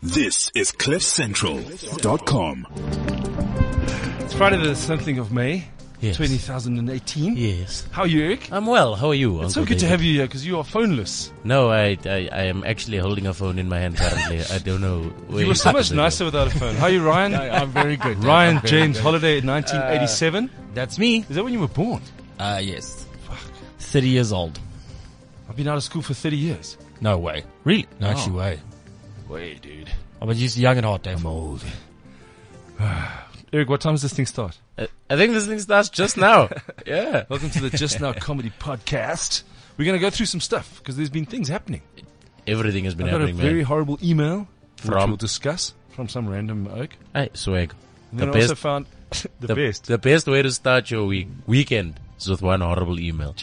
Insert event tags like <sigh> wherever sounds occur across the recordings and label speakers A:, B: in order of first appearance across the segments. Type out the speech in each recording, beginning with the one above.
A: This is CliffCentral.com.
B: It's Friday the something of May,
C: Yes.
B: 2018.
C: Yes.
B: How are you, Eric?
C: I'm well. How are you?
B: It's so good to have you here because you are phoneless.
C: No, I, I I am actually holding a phone in my hand currently. I don't know.
B: <laughs>
C: Where
B: You were so
C: got <laughs>
B: much
C: it.
B: nicer without a phone. How are you, Ryan?
D: I'm very good.
B: Ryan James Holiday, 1987.
D: That's me.
B: Is that when you were born?
D: Uh, yes. 30 years old.
B: I've been out of school for 30 years. Oh.
D: No way. Really? No,
B: No.
D: actually way.
B: Wait, dude.
D: I was just young and hot, Dave.
B: Mold. Eric, what time does this thing start?
C: I, I think this thing starts
B: <laughs>
C: just now. yeah.
B: Welcome to the Just Now Comedy Podcast. We're going to go through some stuff because there's been things happening.
C: Everything has been
B: I got a
C: happening,
B: very
C: man.
B: horrible email which
C: From?
B: we'll discuss from some random oak.
C: I swag.
B: And then
C: The
B: I also
C: best-
B: found <laughs> the, best.
C: The best way to start your week weekend is with one horrible email.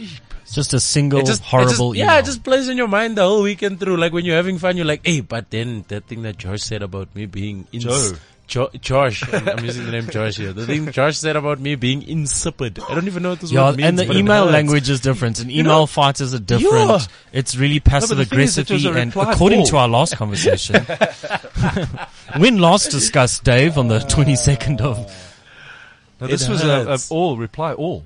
D: Just a single
C: It just- it
D: horrible
C: just,
D: email.
C: Yeah, it just plays in your mind the whole weekend through. Like when you're having fun, you're like, hey, but then that thing that Josh said about me being ins-
B: Joe.
C: Jo- Josh, I'm I'm <laughs> using the name Josh here. The thing Josh said about me being insipid. I don't even know what this
D: Yeah,
C: word means.
D: and the
C: but it
D: email
C: hurts.
D: language is different. An email
C: know-
D: font is a different.
C: Yeah.
D: It's really
B: No, but
D: passive
B: the thing is, it was
D: aggressively.
B: a
D: And
B: reply
D: according
B: all.
D: to our last conversation, when last discussed, Dave, on the 22nd of.
B: Now,
C: It
B: this was a, a
C: hurts.
B: all reply all.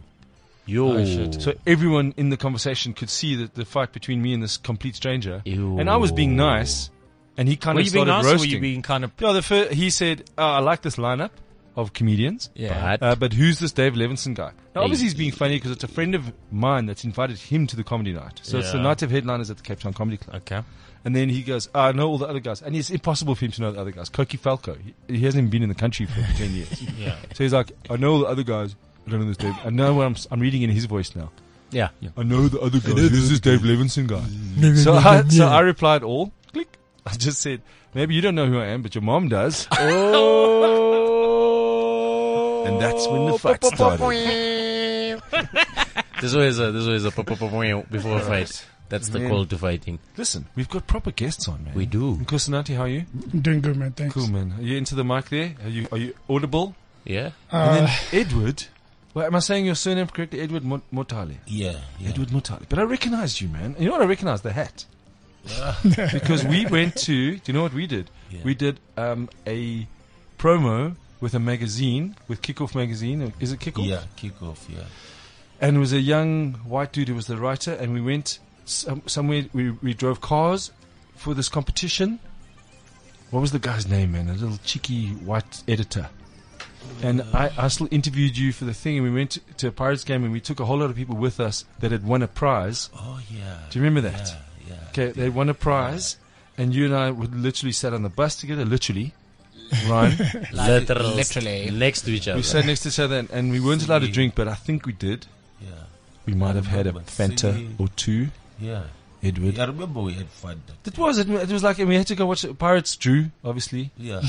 C: Yo.
B: So everyone in the conversation could see that the fight between me and this complete stranger.
C: Ew.
B: And I was being nice, and he kind
D: Were
B: of
D: you being
B: started
D: nice or were
B: roasting.
D: you being kind of.
B: Yeah, the fir- he said, oh, "I like this lineup of comedians,
D: Yeah.
C: But
B: uh, but who's this Dave Levinson guy?" Now, obviously,
C: Hey.
B: he's being funny because it's a friend of mine that's invited him to the comedy night. So it's the
C: Yeah.
B: night of headliners at the Cape Town Comedy Club.
D: Okay.
B: And then he goes, "Oh, "I know all the other guys," and it's impossible for him to know the other guys. Koki Falco, he, he hasn't even been in the country for ten years.
C: <laughs>
D: Yeah.
B: So he's like, "I know all the other guys." I don't know this Dave. I know what I'm. s- I'm reading in his voice now.
C: yeah.
B: I know the other guy. Who's this Dave Levinson guy? so, I, so I replied all. Click. I just said, maybe you don't know who I am, but your mom does.
C: Oh.
A: And that's when the fight started.
C: There's always a, there's always a pop, pop, pop, pop before a fight. That's the
B: Man.
C: call to fighting.
B: Listen, we've got proper guests on, man.
C: We do.
B: Kusanati, how are you?
E: Doing good, man. Thanks.
B: Cool, man. Are you into the mic there? Are you are you audible?
C: Yeah.
B: and
E: Uh,
B: then Edward. Well, am I saying your surname correctly? Edward Mot- Motale.
C: Yeah.
B: Edward Motale. But I recognized you, man. You know what I recognized? The hat. <laughs> because we went to, do you know what we did?
C: Yeah.
B: We did um, a promo with a magazine, with Kickoff Magazine. Is it Kickoff?
C: Kick off. Yeah.
B: and it was a young white dude who was the writer, and we went some, somewhere. We, we drove cars for this competition. What was the guy's name, man? A little cheeky white editor. And
C: Uh.
B: I, I still interviewed you for the thing, and we went to, to a Pirates game, and we took a whole lot of people with us that had won a prize.
C: Oh yeah.
B: Do you remember that? Okay, they won a prize, and you and I would literally sat on the bus together, literally. Ryan,
C: Literally, literally next to each other.
B: we sat next to each other, and, and we weren't allowed to drink, but I think we did.
F: Yeah,
B: We might have had a
F: But
B: Fanta
F: see-
B: or two.
F: yeah.
B: Edward.
F: I remember we had fun. that-
B: It was. It, it was like and we had to go watch it. Pirates. Drew, obviously.
F: Yeah,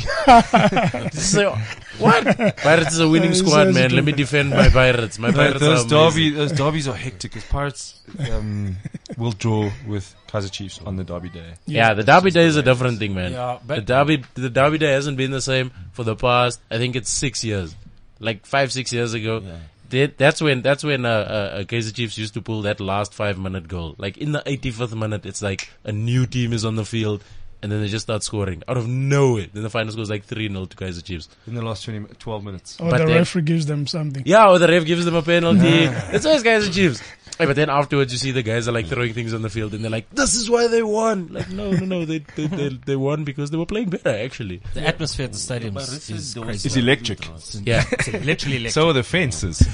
C: So, <laughs> what? Pirates is a <laughs> winning
E: Uh,
C: squad,
E: sounds
C: man. Let
E: good.
C: me defend my pirates. My
B: But
C: pirates
B: those
C: are
B: derby,
C: amazing.
B: those derbies are hectic because Pirates
F: <laughs>
B: um, will draw with Kaiser Chiefs on the derby day.
C: Yeah, the derby day is a different thing, man.
D: Yeah,
C: the
D: but-
C: derby, the derby day hasn't been the same for the past. I think it's six years, like five, six years ago. They- that's when that's when uh, uh, uh, Kaiser Chiefs used to pull that last five minute goal. Like in the 85th minute, it's like a new team is on the field, and then they just start scoring out of nowhere. Then the final score is like three 0 to Kaiser Chiefs.
B: In the last 20, mi- 12 minutes.
E: or
C: but
E: the
C: then-
E: referee gives them something.
C: Yeah, or the ref gives them a penalty. That's always guys and Chiefs. Hey, but then afterwards, you see the guys are like throwing things on the field, and they're like, "This is why they won." Like, no, no, no, they they they, they won because they were playing better. Actually,
D: The atmosphere at the stadium
F: but
D: is,
F: recent
D: is
F: there was
D: crazy.
B: It's
F: some
B: electric.
F: intros.
C: yeah.
D: literally electric.
B: So are the fences.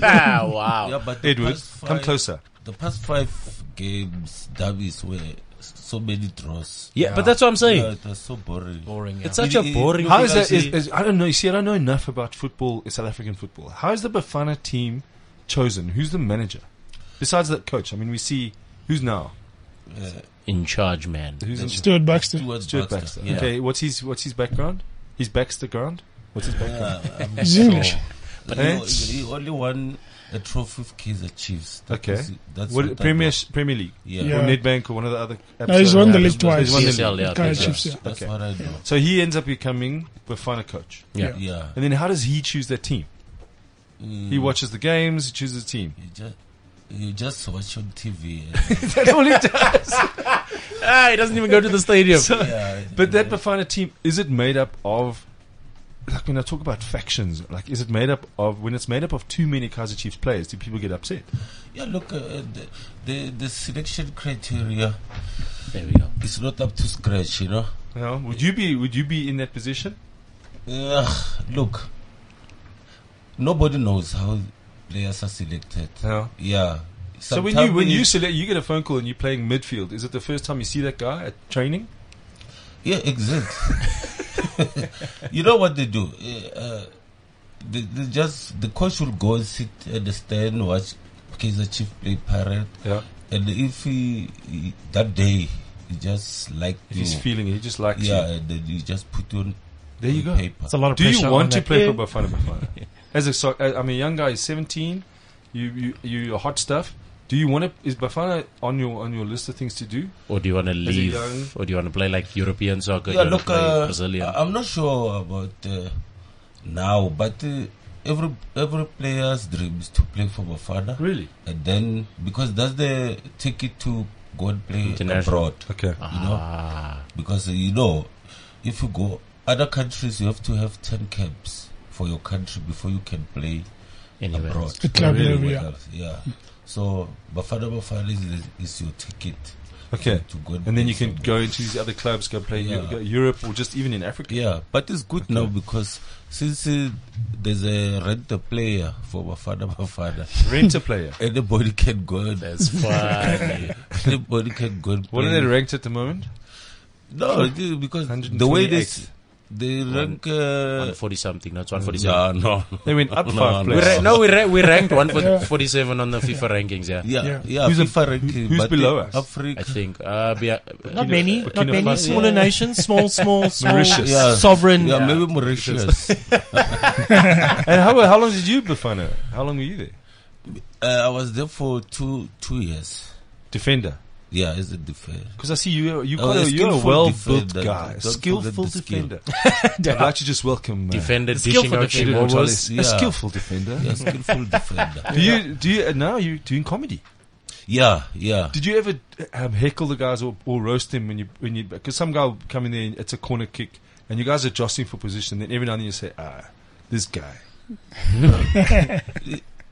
C: ah, wow.
F: Yeah, but the
B: Edward,
F: past
B: come
F: five-
B: closer.
F: The past five games, derbies were so many draws.
C: Yeah, but that's what I'm saying.
F: Yeah, it was so boring.
D: boring.
C: It's such a
F: It- it-
C: boring.
B: How is that? Is,
C: actually-
B: is, I don't know. You see, I don't know enough about football, South African football. How is the Bafana team chosen? Who's the manager? Besides that coach, I mean, we see who's now.
C: in charge, man?
B: Who's in
E: Stuart Baxter.
F: Stuart
B: Stuart Baxter.
F: Baxter. Yeah.
B: Okay, what's his what's his background? His Baxter ground. What's his background?
F: Yeah, I'm
E: <laughs> He's
F: sure.
E: English.
F: But
B: Eh?
F: he, he only won a trophy with Kaiser Chiefs. That
B: Okay.
F: was- that's
B: What,
F: what I
B: Premier
F: know.
B: Premier League
F: Yeah,
E: Yeah.
B: or Nedbank or one of the other.
E: No, he's won the
B: Yeah,
E: league twice.
B: He's won the
C: CSL,
B: league.
C: yeah,
E: Kaiser
C: yeah.
E: Chiefs, yeah.
F: that's
B: Okay.
F: what I know.
B: So he ends up becoming Bafana coach.
C: Yeah.
E: Yeah.
F: Yeah,
B: And then how does he choose that team? He watches the games. He chooses a team.
F: He just, You just watch on TV. and-
B: That's all it does.
C: Ah, he doesn't even go to the stadium.
F: yeah,
B: But that Bafana team, is it made up of, like when I talk about factions, like is it made up of, when it's made up of too many Kaiser Chiefs players, do people get upset?
F: yeah. Look, uh, the, the the selection criteria
C: There we go.
F: is not up to scratch. You know.
B: You know, would you be, would you be in that position?
F: Ugh, look, nobody knows how players are selected.
B: No.
F: Yeah.
B: So when you, when you select, you get a phone call and you're playing midfield, is it the first time you see that guy at training?
F: yeah, exactly. <laughs> you know what they do? Uh, uh, they, they just the coach will go and sit at the stand, watch Kaiser Chief play Pirate,
B: Yeah.
F: and if he, he- that day he just like
B: If he's
D: Mm.
F: you,
B: feeling it, he just likes
F: yeah,
B: you.
F: and then you just put you on
B: There you go.
F: paper.
D: It's a lot of
B: Do
D: pressure.
B: you want
D: on
B: to
D: that.
B: play for Bafana Bafana?
D: <laughs>
B: As a, so, uh, I- I'm a young guy, 17. You you you're hot stuff. Do you want to? Is Bafana on your on your list of things to do?
C: Or do you want to
B: it
C: leave?
B: young?
C: Or do you want to play like European soccer?
F: Yeah,
C: do you wanna
F: look, uh,
C: play Brazilian.
F: I- I'm not sure about uh, now, but uh, every every player's dream is to play for Bafana,
B: Really?
F: and then because that's the ticket to go and play
C: International.
F: abroad.
B: Okay.
F: You know,
C: ah,
F: because uh, you know, if you go other countries, you have to have ten camps for your country before you can play
C: anyway.
F: abroad.
E: The club
F: Anywhere
E: level, yeah.
F: else, yeah. So Bafana Bafana is, is your ticket
B: Okay.
F: to go.
B: And then
F: play
B: you can
F: somewhere.
B: go into these other clubs, go play Eu-
F: Yeah.
B: go Europe or just even in Africa.
F: Yeah, but it's good now because since uh, there's a rent a player for Bafana
B: <laughs>
F: Bafana,
B: Rent a player.
F: anybody can go and
C: That's funny.
F: anybody can go and
B: <laughs> What are
F: play.
B: they ranked at the moment?
F: No, the- because the way they s- they rank. Uh,
C: 140 something. That's 147.
F: yeah,
B: <laughs>
F: no.
B: They went up five
F: no,
C: We
B: players.
C: ra- no, we, ra- we ranked 147 on the FIFA rankings, yeah.
F: Yeah, yeah.
E: Yeah.
B: Who's a-
F: FIFA ranking,
B: who's
F: but
B: below
F: in
B: us?
C: I
F: Africa.
C: think. Uh, be- uh,
D: Not many, not
B: Burkina
D: many.
B: Faso.
D: Smaller nations, small, small, small.
B: Mauritius.
F: Yeah.
D: Sovereign.
B: <laughs>
F: Yeah, maybe Mauritius.
B: and how how long did you Bafana? How long were you there?
F: uh, I was there for two two years.
B: Defender.
F: Yeah, as a defender.
B: Because I see you you
F: Oh,
B: got
F: a
B: a, you're a
F: skillful
B: well built
F: defender.
B: guy,
F: Don't
B: a
F: forget
B: skillful
F: the skill. <laughs>
B: defender. I'd like to just welcome uh,
C: Defender
D: skillful
C: dishing out
D: defender.
C: Shimobo's.
F: Yeah.
B: a skillful defender. <laughs>
F: Yeah, skillful defender.
B: Do you do you uh, now you're doing comedy?
F: Yeah, yeah.
B: Did you ever um, heckle the guys or, or roast them when you when you because some guy will come in there and it's a corner kick and you guys are jostling for position. Then every now and then you say, ah, this
C: <laughs>
B: guy.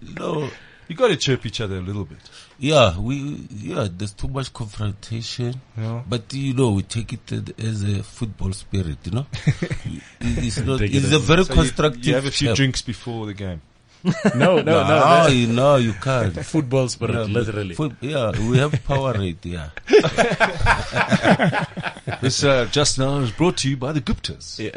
F: No,
B: You got to chirp each other a little bit.
F: Yeah, we yeah. There's too much confrontation,
B: You know?
F: but you know we take it a- as a football spirit. You know, It- it's not.
C: Take it
F: It's a
C: as-
F: very
B: So you-
F: constructive.
B: You, have a few
F: step.
B: drinks before the
C: <laughs>
B: game.
C: No, no, no.
F: No,
C: no,
F: you know you can't.
C: Football spirit,
F: Yeah,
C: literally.
F: Foot- yeah, we have Powerade. Yeah,
B: This uh, just now is brought to you by the Guptas.
C: Yeah.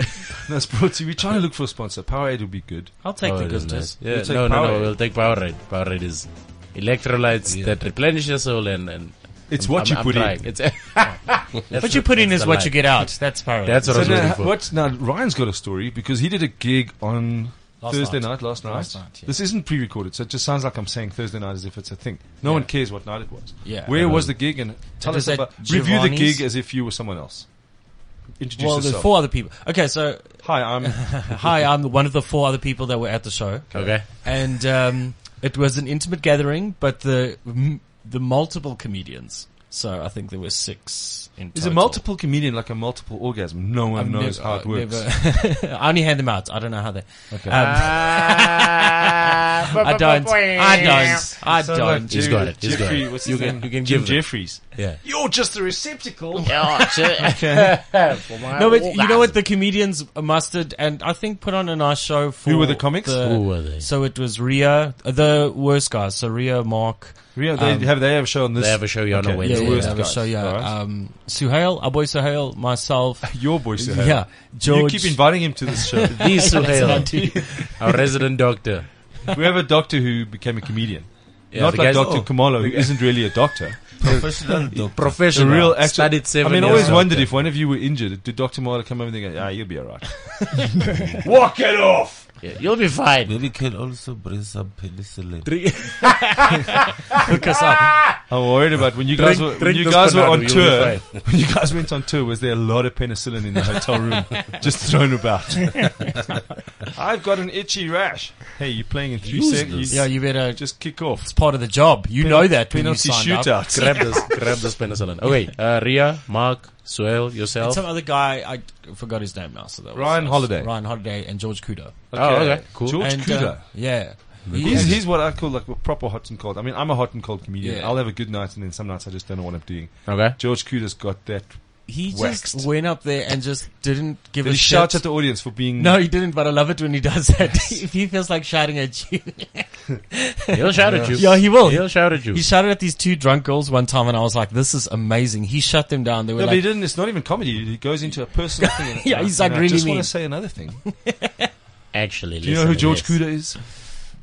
B: <laughs> That's brought to you. We're trying to look for a sponsor. Powerade would be good.
D: I'll take
C: Oh,
D: the
C: it is
D: good
C: nice.
D: test.
C: Yeah,
B: We'll take
C: no, no, no.
B: Powerade.
C: We'll take Powerade. Powerade is electrolytes that replenish your soul and. and
B: It's what
C: I'm,
B: you
C: I'm
B: put
C: trying.
B: in.
C: It's <laughs>
D: What you put in is what you get out. That's powerade.
C: That's what
B: So
C: I was looking
B: now,
C: for.
B: what now? Ryan's got a story because he did a gig on
D: Last
B: Thursday
D: night.
B: night, last night.
D: Last night, yeah.
B: This isn't pre-recorded, so it just sounds like I'm saying Thursday night as if it's a thing. No one cares what night it was.
D: Yeah. Um,
B: Where was the gig? And tell
D: was
B: us
D: at
B: about review the
D: Giovanni's.
B: gig as if you were someone else. Introduce
D: well, there's
B: yourself.
D: four other people. Okay, so
B: Hi,
D: <laughs>
B: I'm.
D: hi, I'm one of the four other people that were at the show,
C: Okay.
D: and um, it was an intimate gathering, but the m- the multiple comedians. So I think there were six in
B: Is a
D: total.
B: multiple comedian like a multiple orgasm? No one
D: I've
B: knows
D: nev-
B: how it
D: I've
B: works. <laughs>
D: never- <laughs> I only hand them out. I don't know how they.
B: Okay.
D: Um, <laughs> I don't. I don't. I
B: Sound like
D: don't.
C: He's
B: Jerry-
C: got it. He's got
B: Jeffrey,
C: it.
B: what's
C: You
B: his
C: can-
B: name?
C: you can
B: Jim
C: give it.
B: Jeffries.
C: Yeah.
B: You're just the receptacle.
D: No, but you know what? The comedians mustered and I think put on a nice show for.
B: Who were the comics?
C: Who were they?
D: So it was Ria, uh, the worst guys. So Ria, Mark.
B: Yeah, they
D: Um,
B: have they have a show on this.
C: They have a show here on
B: Okay.
C: a
B: Yeah,
C: Wednesday.
B: the worst
D: yeah,
B: guys.
D: So yeah,
B: Alright.
D: um, Suhail, our boy Suhail, myself.
B: Your boy, Suhail.
D: Yeah, George.
B: You keep
D: <laughs>
B: inviting him to this show.
C: These Suhail,
B: <laughs>
C: our resident doctor.
B: we have a doctor who became a comedian.
C: Yeah,
B: Not
C: the
B: like
C: guy's-
B: Dr. Kamalo, who isn't really a
C: <laughs>
B: doctor.
F: professional doctor.
B: A
C: professional.
B: real actor.
C: Studied seven
B: I mean, I
C: years
B: always
C: doctor. <laughs>
B: wondered if one of you were injured, did Dr. Kamalo come over and go, ah, you'll be all right. Walk it off!
C: Yeah, you'll be fine.
F: Maybe you can also bring some penicillin.
C: Drink,
D: Hook us up.
B: I'm worried about when you guys
C: drink,
B: were, when
C: drink
B: you
C: this
B: guys were
C: Panado,
B: on
C: you'll be
B: tour.
C: fine.
B: <laughs> When you guys went on tour, was there a lot of penicillin in the hotel
C: <laughs>
B: room just thrown about? I've got an itchy rash. Hey, you're playing in three
C: Use
B: seconds.
C: this.
D: Yeah, you
B: <laughs>
D: better.
B: just kick off.
D: It's part of the job. You know that. When you
B: Penalty
D: signed up.
B: shootout.
C: grab this, grab this penicillin. Okay, uh, Ria, Mark, Suel, yourself.
D: Some other guy, I forgot his name now. So that was-
B: Ryan Holiday.
D: Ryan Holiday and George Kudo.
C: Oh, okay, cool.
B: George
D: and,
B: Kudo.
D: uh, yeah.
B: He's, he's what I call like a proper hot and cold. I mean, I'm a hot and cold comedian.
D: Yeah.
B: I'll have a good night, and then some nights I just don't know what I'm doing.
C: Okay.
B: George Kuda's got that.
D: he
B: waxed.
D: just went up there and just didn't give
B: He
D: a
B: shouts
D: shit.
B: at the audience for being.
D: no, he didn't, but I love it when he does that. <laughs> if he feels like shouting at you.
C: He'll shout at you.
D: Yeah, he will.
C: He'll shout at you.
D: He shouted at these two drunk girls one time and I was like, this is amazing. He shut them down. They were
B: No, but he
D: like,
B: didn't. It's not even comedy. He goes into a
D: <laughs>
B: personal thing. and-
D: Yeah, he's
B: and
D: like
B: I just
D: really
B: want
D: mean.
B: to say another
D: <laughs>
B: thing.
C: Actually,
B: Do you know
C: listen
B: who
C: to
B: George
C: this.
B: Kuda is?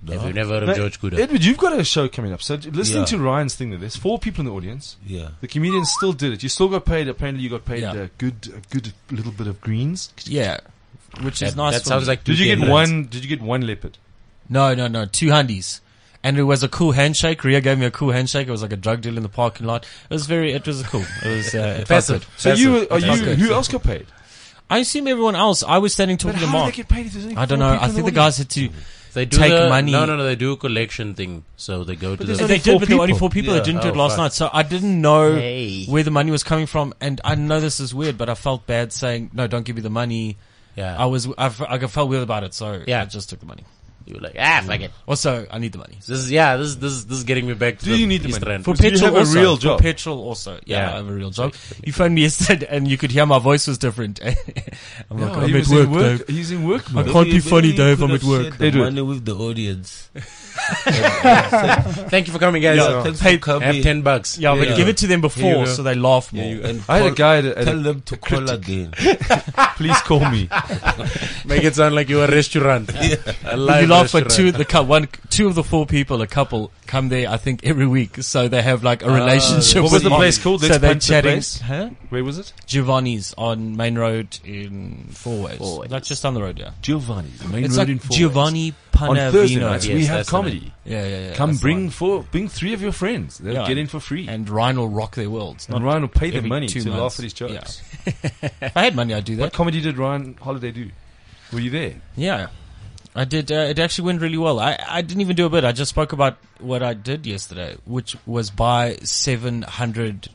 C: Have you never heard
B: No,
C: of George Kuda?
B: Edward, you've got a show coming up. So listening
F: Yeah.
B: to Ryan's thing, there, there's four people in the audience.
F: Yeah.
B: The comedians still did it. You still got paid. Apparently, you got paid
D: Yeah.
B: a good, a good little bit of greens.
D: yeah, which is
C: That,
D: nice.
C: that
D: for
C: sounds
D: me.
C: like.
B: Did you get
C: $2,000.
B: one? Did you get one leopard?
D: No, no, no. Two hundies. And it was a cool handshake. Ria gave me a cool handshake. It was like a drug deal in the parking lot. It was very, it was cool. It was, uh, it felt
C: Passive.
D: good.
B: So
C: That's
B: you
C: it.
B: are you?
C: That's it.
B: Who else got paid?
D: I assume everyone else, I was standing
B: But
D: talking to
B: how did
D: Mark.
B: they get paid? If there's only
D: I don't
B: four
D: know.
B: people
D: I
B: in
D: think the
B: audience?
D: guys had to,
C: They do
D: Take
C: the-
D: money.
C: No, no, no. They do a collection thing, so they go to
B: there's
C: the.
B: only
D: They did,
B: four
D: but there were only
B: people.
D: four people that
F: Yeah.
D: didn't do
F: Oh,
D: it last
F: fuck.
D: night. So I didn't know
C: Hey.
D: where the money was coming from. And I know this is weird, but I felt bad saying, no, don't give me the money.
C: Yeah,
D: I was, I, f- I felt weird about it. So
C: Yeah.
D: I just took the money.
C: you were like, ah, fuck it.
D: Also, I need the money.
C: This is yeah. This is this is, this is getting me back to
B: Do
C: the
B: you need the
C: East
B: money?
C: Rand.
D: For
B: Do you
D: petrol
B: have a
D: also.
B: real
D: For
B: job?
D: petrol also. Yeah,
C: Yeah.
D: I have a real job. You phoned me yesterday <laughs> and you could hear my voice was different. <laughs> I'm like,
B: Oh,
D: I'm
B: he
D: at
B: was
D: work,
B: in work.
D: Dave.
B: He's in work.
D: I
B: mode.
D: can't be
F: Maybe-
D: funny,
F: maybe
D: Dave.
F: you
D: I'm
F: could
D: at
F: have
D: work.
F: shared the
B: Edward.
F: money with the audience.
C: Thank you for coming, guys.
F: Yeah, thanks
D: Hey,
F: for coming.
C: uh, Have ten bucks.
D: Yeah, but
F: Yeah.
D: give it to them
C: Here you
D: before
C: go.
D: so they laugh more.
F: Yeah,
D: <laughs>
F: you- and
B: I had a
F: call-
B: guy that,
F: Tell
B: at a,
F: them to call again.
B: please call
D: <laughs>
B: me.
C: Make it sound like you're a restaurant. A
D: But
C: live
D: you laugh at two
C: restaurant.
D: of the cou- one, two of the four people, a couple come there. I think every week, so they have like a relationship.
B: What was
D: with
B: the
D: you.
B: place called?
D: So
B: Let's
D: they're
B: punch the
D: chatting.
B: place.
D: Huh?
B: Where was it?
D: Giovanni's on Main Road in Four Ways. Like just down the road, yeah.
B: Giovanni. Main
D: It's like Giovanni
B: On Thursday nights
D: Panavino.
B: we
C: Yes,
B: have
C: that's the name.
B: comedy.
D: Yeah, yeah, yeah.
B: Come
D: that's
B: bring
D: the
B: four, bring three of your friends. They'll
D: Yeah.
B: get in for free.
D: one. and Ryan will rock their worlds.
B: And Ryan will pay them
D: every
B: money
D: two
B: to laugh
D: months.
B: at his jokes.
D: If I had money, I'd do
B: What
D: that.
B: comedy did Ryan Holiday do? Were you there?
D: Yeah. I did, uh, it actually went really well. I, I didn't even do a bit. I just spoke about what I did yesterday, which was buy 700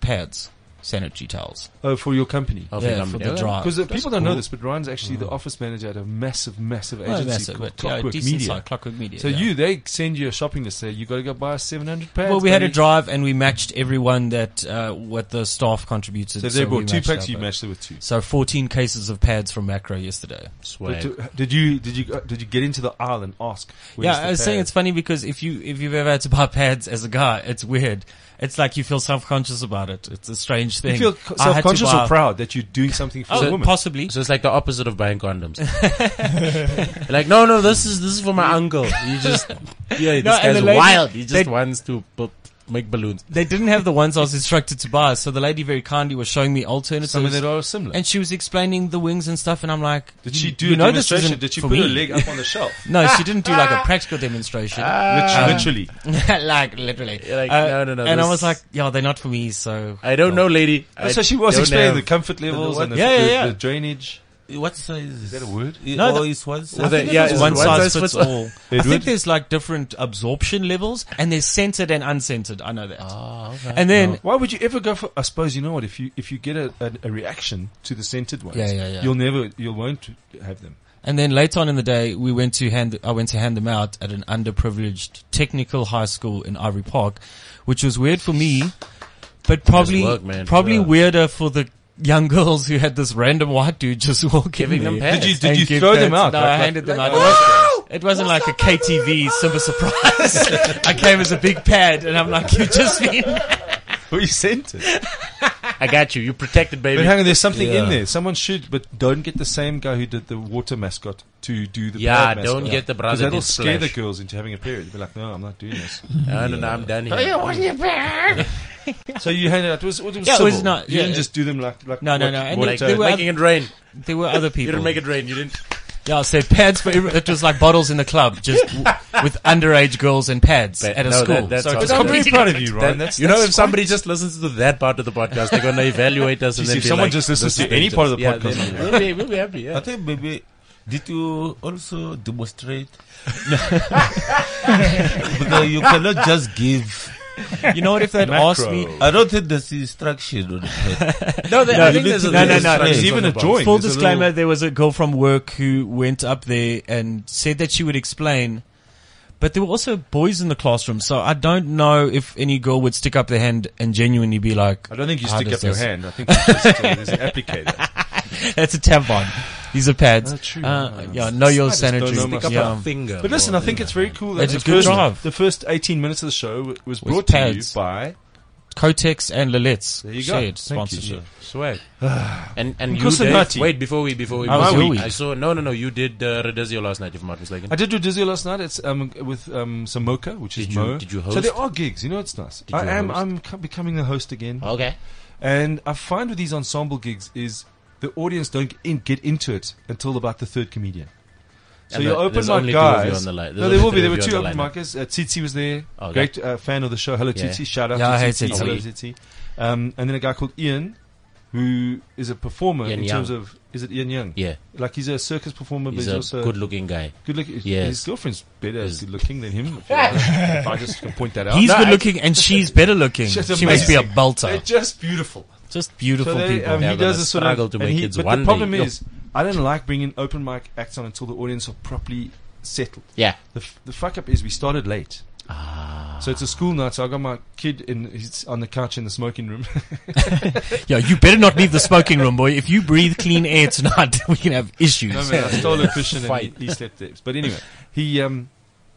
D: pads, sanitary towels.
B: Oh, for your company.
C: Of
D: Yeah,
C: the
D: for
C: company.
D: the drive.
B: Because people don't know this, but Ryan's actually the office manager at a massive, massive
D: Well,
B: agency
D: that's it,
B: called
D: Oh, but, yeah,
B: Clockwork
D: decent
B: Media.
D: size, Clockwork Media.
B: so
D: yeah.
B: you, they send you a shopping list. Say you got to go buy seven hundred pads.
D: Well, we had a
B: buddy."
D: drive and we matched everyone that, uh, what the staff contributed.
B: So if they
D: we
B: bought two
D: matched
B: packs.
D: up
B: You
D: a-
B: matched it with two.
D: So 14 cases of pads from Macro yesterday.
C: Swag.
B: But Did you did you uh, did you get into the aisle and ask?
D: yeah,
B: "Where's the
D: I was saying
B: pad?"
D: it's funny because if you if you've ever had to <laughs> buy pads as a guy, it's weird. It's like you feel self conscious about it. It's a strange thing.
B: You feel co-
D: I had to
B: self-conscious
D: buy-
B: or proud that you're doing something for
D: Oh,
B: a woman.
D: possibly.
C: So it's like the opposite of buying
B: <laughs>
C: condoms. like, no, no, this is this is for my uncle.
B: <laughs>
C: You just yeah, this
D: and the
C: guy's
D: lady-
C: wild. He just
D: they-
C: wants to bu- make balloons.
D: They didn't have the ones I was instructed to buy, so the lady very kindly was showing me alternatives.
B: Some of that are similar.
D: and she was explaining the wings and stuff, and I'm like,
B: Did she
D: "You-
B: do
D: you
B: a
D: know this
B: demonstration?
D: isn't
B: Did she
D: for
B: put her
D: me."
B: leg up on the
D: <laughs>
B: shelf?
D: No, she didn't do like a practical demonstration.
B: Ah. Literally.
D: <laughs> like literally,
C: You're like,
D: Uh,
C: no, no, no,
D: And I
C: this-
D: was like, yeah, they're not for me. So
C: I don't know, lady. I
B: so she was
C: don't
B: explaining the
C: have-
B: comfort levels and the,
D: Yeah, yeah,
B: the-
D: yeah.
B: the drainage.
F: What size is
B: Is that a word?
D: No,
F: oh,
D: the-
F: it's one
C: Was
F: size.
C: that- yeah,
D: It's
C: is
D: one
C: it
D: size fits all. I think
B: Edward?
D: there's like different absorption levels, and there's scented and unscented. I know that. And then
B: Why would you ever go for? I suppose you know what. If you if you get a, a, a reaction to the scented ones,
D: Yeah, yeah, yeah.
B: you'll never you won't have
D: <laughs>
B: them.
D: and then later on in the day, we went to hand. I went to hand them out at an underprivileged technical high school in Ivory Park, which was weird for me, but probably
C: work, man.
D: probably
C: Yeah.
D: weirder for the young <laughs> girls who had this random white dude just walking
C: Giving them
D: there.
C: pads.
B: Did you
D: and
B: did you
D: give
B: throw them out?
D: pads. No,
B: Like-
D: I
B: like-
D: handed them out. It wasn't- It wasn't like a KTV Simba surprise. <laughs> I came as a big pad, and I'm like, you've just <laughs> been
B: were you scented?
C: I got you. You protected, baby.
B: But hang on, there's something in
F: Yeah.
B: there. Someone should, but don't get the same guy who did the water mascot to do the
C: yeah,
B: pad mascot.
C: don't get the
B: Because
C: brother.
B: that'll
C: did
B: scare the
C: splash.
B: girls into having a period. They'll be like, no, I'm not doing this.
C: No, no, no, I'm done
B: Oh,
C: here.
B: so you handed out. It was, it was
D: Yeah, it was
B: civil.
D: not-
B: You
D: yeah,
B: didn't
D: it-
B: just do them like. like
D: No, no,
B: what-
D: no, and
B: what,
D: they-
B: uh,
D: they were-
C: Making it rain.
D: There were other
C: You
D: people.
C: didn't make it rain. You didn't.
D: Yeah, so pads for every, it was like bottles in the club, just w- with underage girls and pads
C: But
D: at a
C: no,
D: school.
C: that- that's
D: so
C: how
D: it was
C: it
B: I'm
D: completely
B: really proud of you, Ryan.
C: That-
B: That's,
C: you know,
B: that's
C: if somebody just listens to that part of the podcast, they're going to
B: <laughs>
C: evaluate us. and
B: Jeez,
C: then
B: if
C: be
B: someone
C: like,
B: just listens
C: "This
B: to
C: is
B: any part of the
C: yeah,
B: podcast,
C: then we'll be, we'll be happy.
F: I
C: Yeah.
F: think maybe did you also demonstrate? because you cannot just give.
D: You know what? If they'd asked me,
F: I don't think there's instruction on the pad.
C: No, they,
F: No,
C: I think
F: you
C: there's a
F: need to-
C: there's
F: no,
C: instructions
F: no, no, there's
C: on
B: even
C: the
B: a
C: box.
B: drawing.
D: full
B: There's a
D: disclaimer,
B: little-
D: there was a girl from work who went up there and said that she would explain. But there were also boys in the classroom, so I don't know if any girl would stick up their hand and genuinely
C: <laughs>
D: be like,
B: I don't think you
D: "How
B: stick
D: does
B: up your
D: this-
B: hand. I think you just uh, there's
D: <laughs>
B: an applicator.
D: That's a tampon. These are pads.
B: Oh, true.
D: Uh, yeah, know your
B: just don't
D: sanitary.
B: know
C: Pick
B: myself.
C: up
D: yeah.
C: a finger.
B: But listen,
C: or-
B: I think it's very cool that
D: It's
B: the
D: a good
B: first,
D: drive.
B: the first 18 minutes of the show was brought to you
D: pads.
B: by.
D: Kotex and Lillette's
B: There you go.
D: shared
B: Thank you.
D: sponsorship.
C: Swag. and and you
B: Nkosi
C: Dave,
B: Nati.
C: wait before we before we
D: How was
C: before
D: your
C: we-
D: week?
C: I saw no no no you did uh, Redesio last night if I'm not mistaken.
B: I did do Dizzy last night. It's um with um some mocha, which
C: Did
B: is
C: you-
B: Mo.
C: did you
B: So
C: host?
B: there are gigs. You know, it's nice.
C: Did
B: I
C: you
B: am.
C: host?
B: I'm co- becoming a host again.
C: okay.
B: And I find with these ensemble gigs is the audience don't get, in, get into it until about the third comedian. So
C: And
B: your
C: the-
B: open
C: there's
B: mic
C: only two of you
B: guys.
C: on the line.
B: no,
C: There's
B: there
C: only
B: will be.
C: three
B: There were
C: of you
B: two
C: on the
B: open
C: lineup.
B: micers. Uh, Tsitsi was there.
C: Okay.
B: Great uh, fan of the show. Hello
C: Yeah.
B: Tsitsi. Shout out
D: Yeah, I
B: to
D: hate
B: Tsitsi.
D: Tsitsi.
B: Hello
C: Oh,
B: Tsitsi. Um, and then a guy called Ian, who is a performer
C: Ian
B: in
C: Young.
B: terms of is it Ian Young?
C: Yeah,
B: Like he's a circus performer,
C: he's
B: but he's
C: a
B: also
C: good looking guy.
B: Good looking.
C: Yes.
B: His girlfriend's better
C: Is-
B: good looking than him. If, you like. If I just can point that out.
D: He's
C: No, I-
D: good looking and she's better looking.
B: She's
D: she must be a
B: amazing. They're
D: belter.
B: just beautiful.
D: Just beautiful
B: So they,
D: people.
B: um,
C: They're
B: he does
C: gonna
B: a sort
C: struggle
B: of.
C: to
B: and
C: make
B: he-
C: kids
B: but
C: one
B: the problem
C: day.
B: is, I don't like bringing open mic acts on until the audience are properly settled.
C: Yeah. Ah.
B: The, f- the fuck up is we started late. So it's a school night. So I got my kid in he's on the couch in the smoking room.
D: Yeah, you better not leave the smoking room, boy. If you breathe clean air tonight, <laughs> we can have
B: <laughs>
D: issues.
B: no man, I stole
C: <laughs>
B: a cushion and he,
C: Fight.
B: he slept there. But anyway, he um,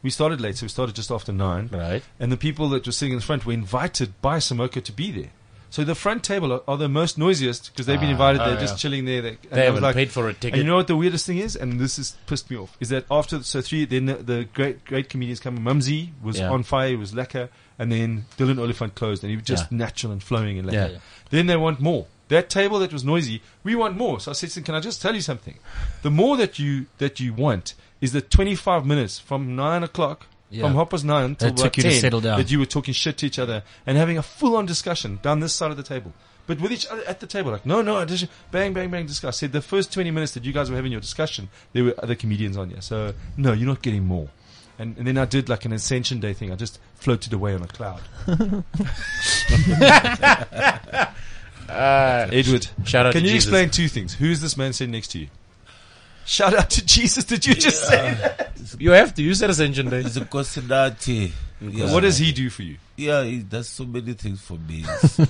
B: we started late, so we started just after nine.
C: Right.
B: and the people that were sitting in the front were invited by Samoka to be there. So the front table are, are the most noisiest because they've been invited. They're just chilling there. They, and
C: Ah, oh, They
B: I was
C: haven't
B: like,
C: paid for a
B: and you
C: ticket.
B: know what the weirdest thing is, and this has pissed me off, is that after so three, then the, the great great comedians come. Mumsy was
C: Yeah.
B: on fire, he was lekker, and then Dylan Oliphant closed, and he was just natural and flowing and lekker.
C: Yeah.
B: Then they want more. That table that was noisy, we want more. So I said, to them, "Can I just tell you something? The more that you that you want is the 25 minutes from nine o'clock,
D: Yeah.
B: from half past nine till
D: That took
B: about
D: you to
B: 10,
D: settle down.
B: That you were talking shit to each other and having a full-on discussion down this side of the table, but with each other at the table. Like, no, no, I just bang, bang, bang, discuss. Said the first 20 minutes that you guys were having your discussion, there were other comedians on here. So no, you're not getting more. And, and then I did like an Ascension Day thing. I just floated away on a cloud.
C: Uh,
B: Edward,
C: Shout out
B: Can
C: to
B: you
C: Jesus.
B: explain two things? Who's this man sitting next to you? Shout out to Jesus. Did you just say that?
C: you have to. You said
B: <laughs>
C: Ascension Day.
F: It's a considerate. Yeah.
B: What does he do for you?
F: Yeah, it does so many things for me. It's, <laughs> uh,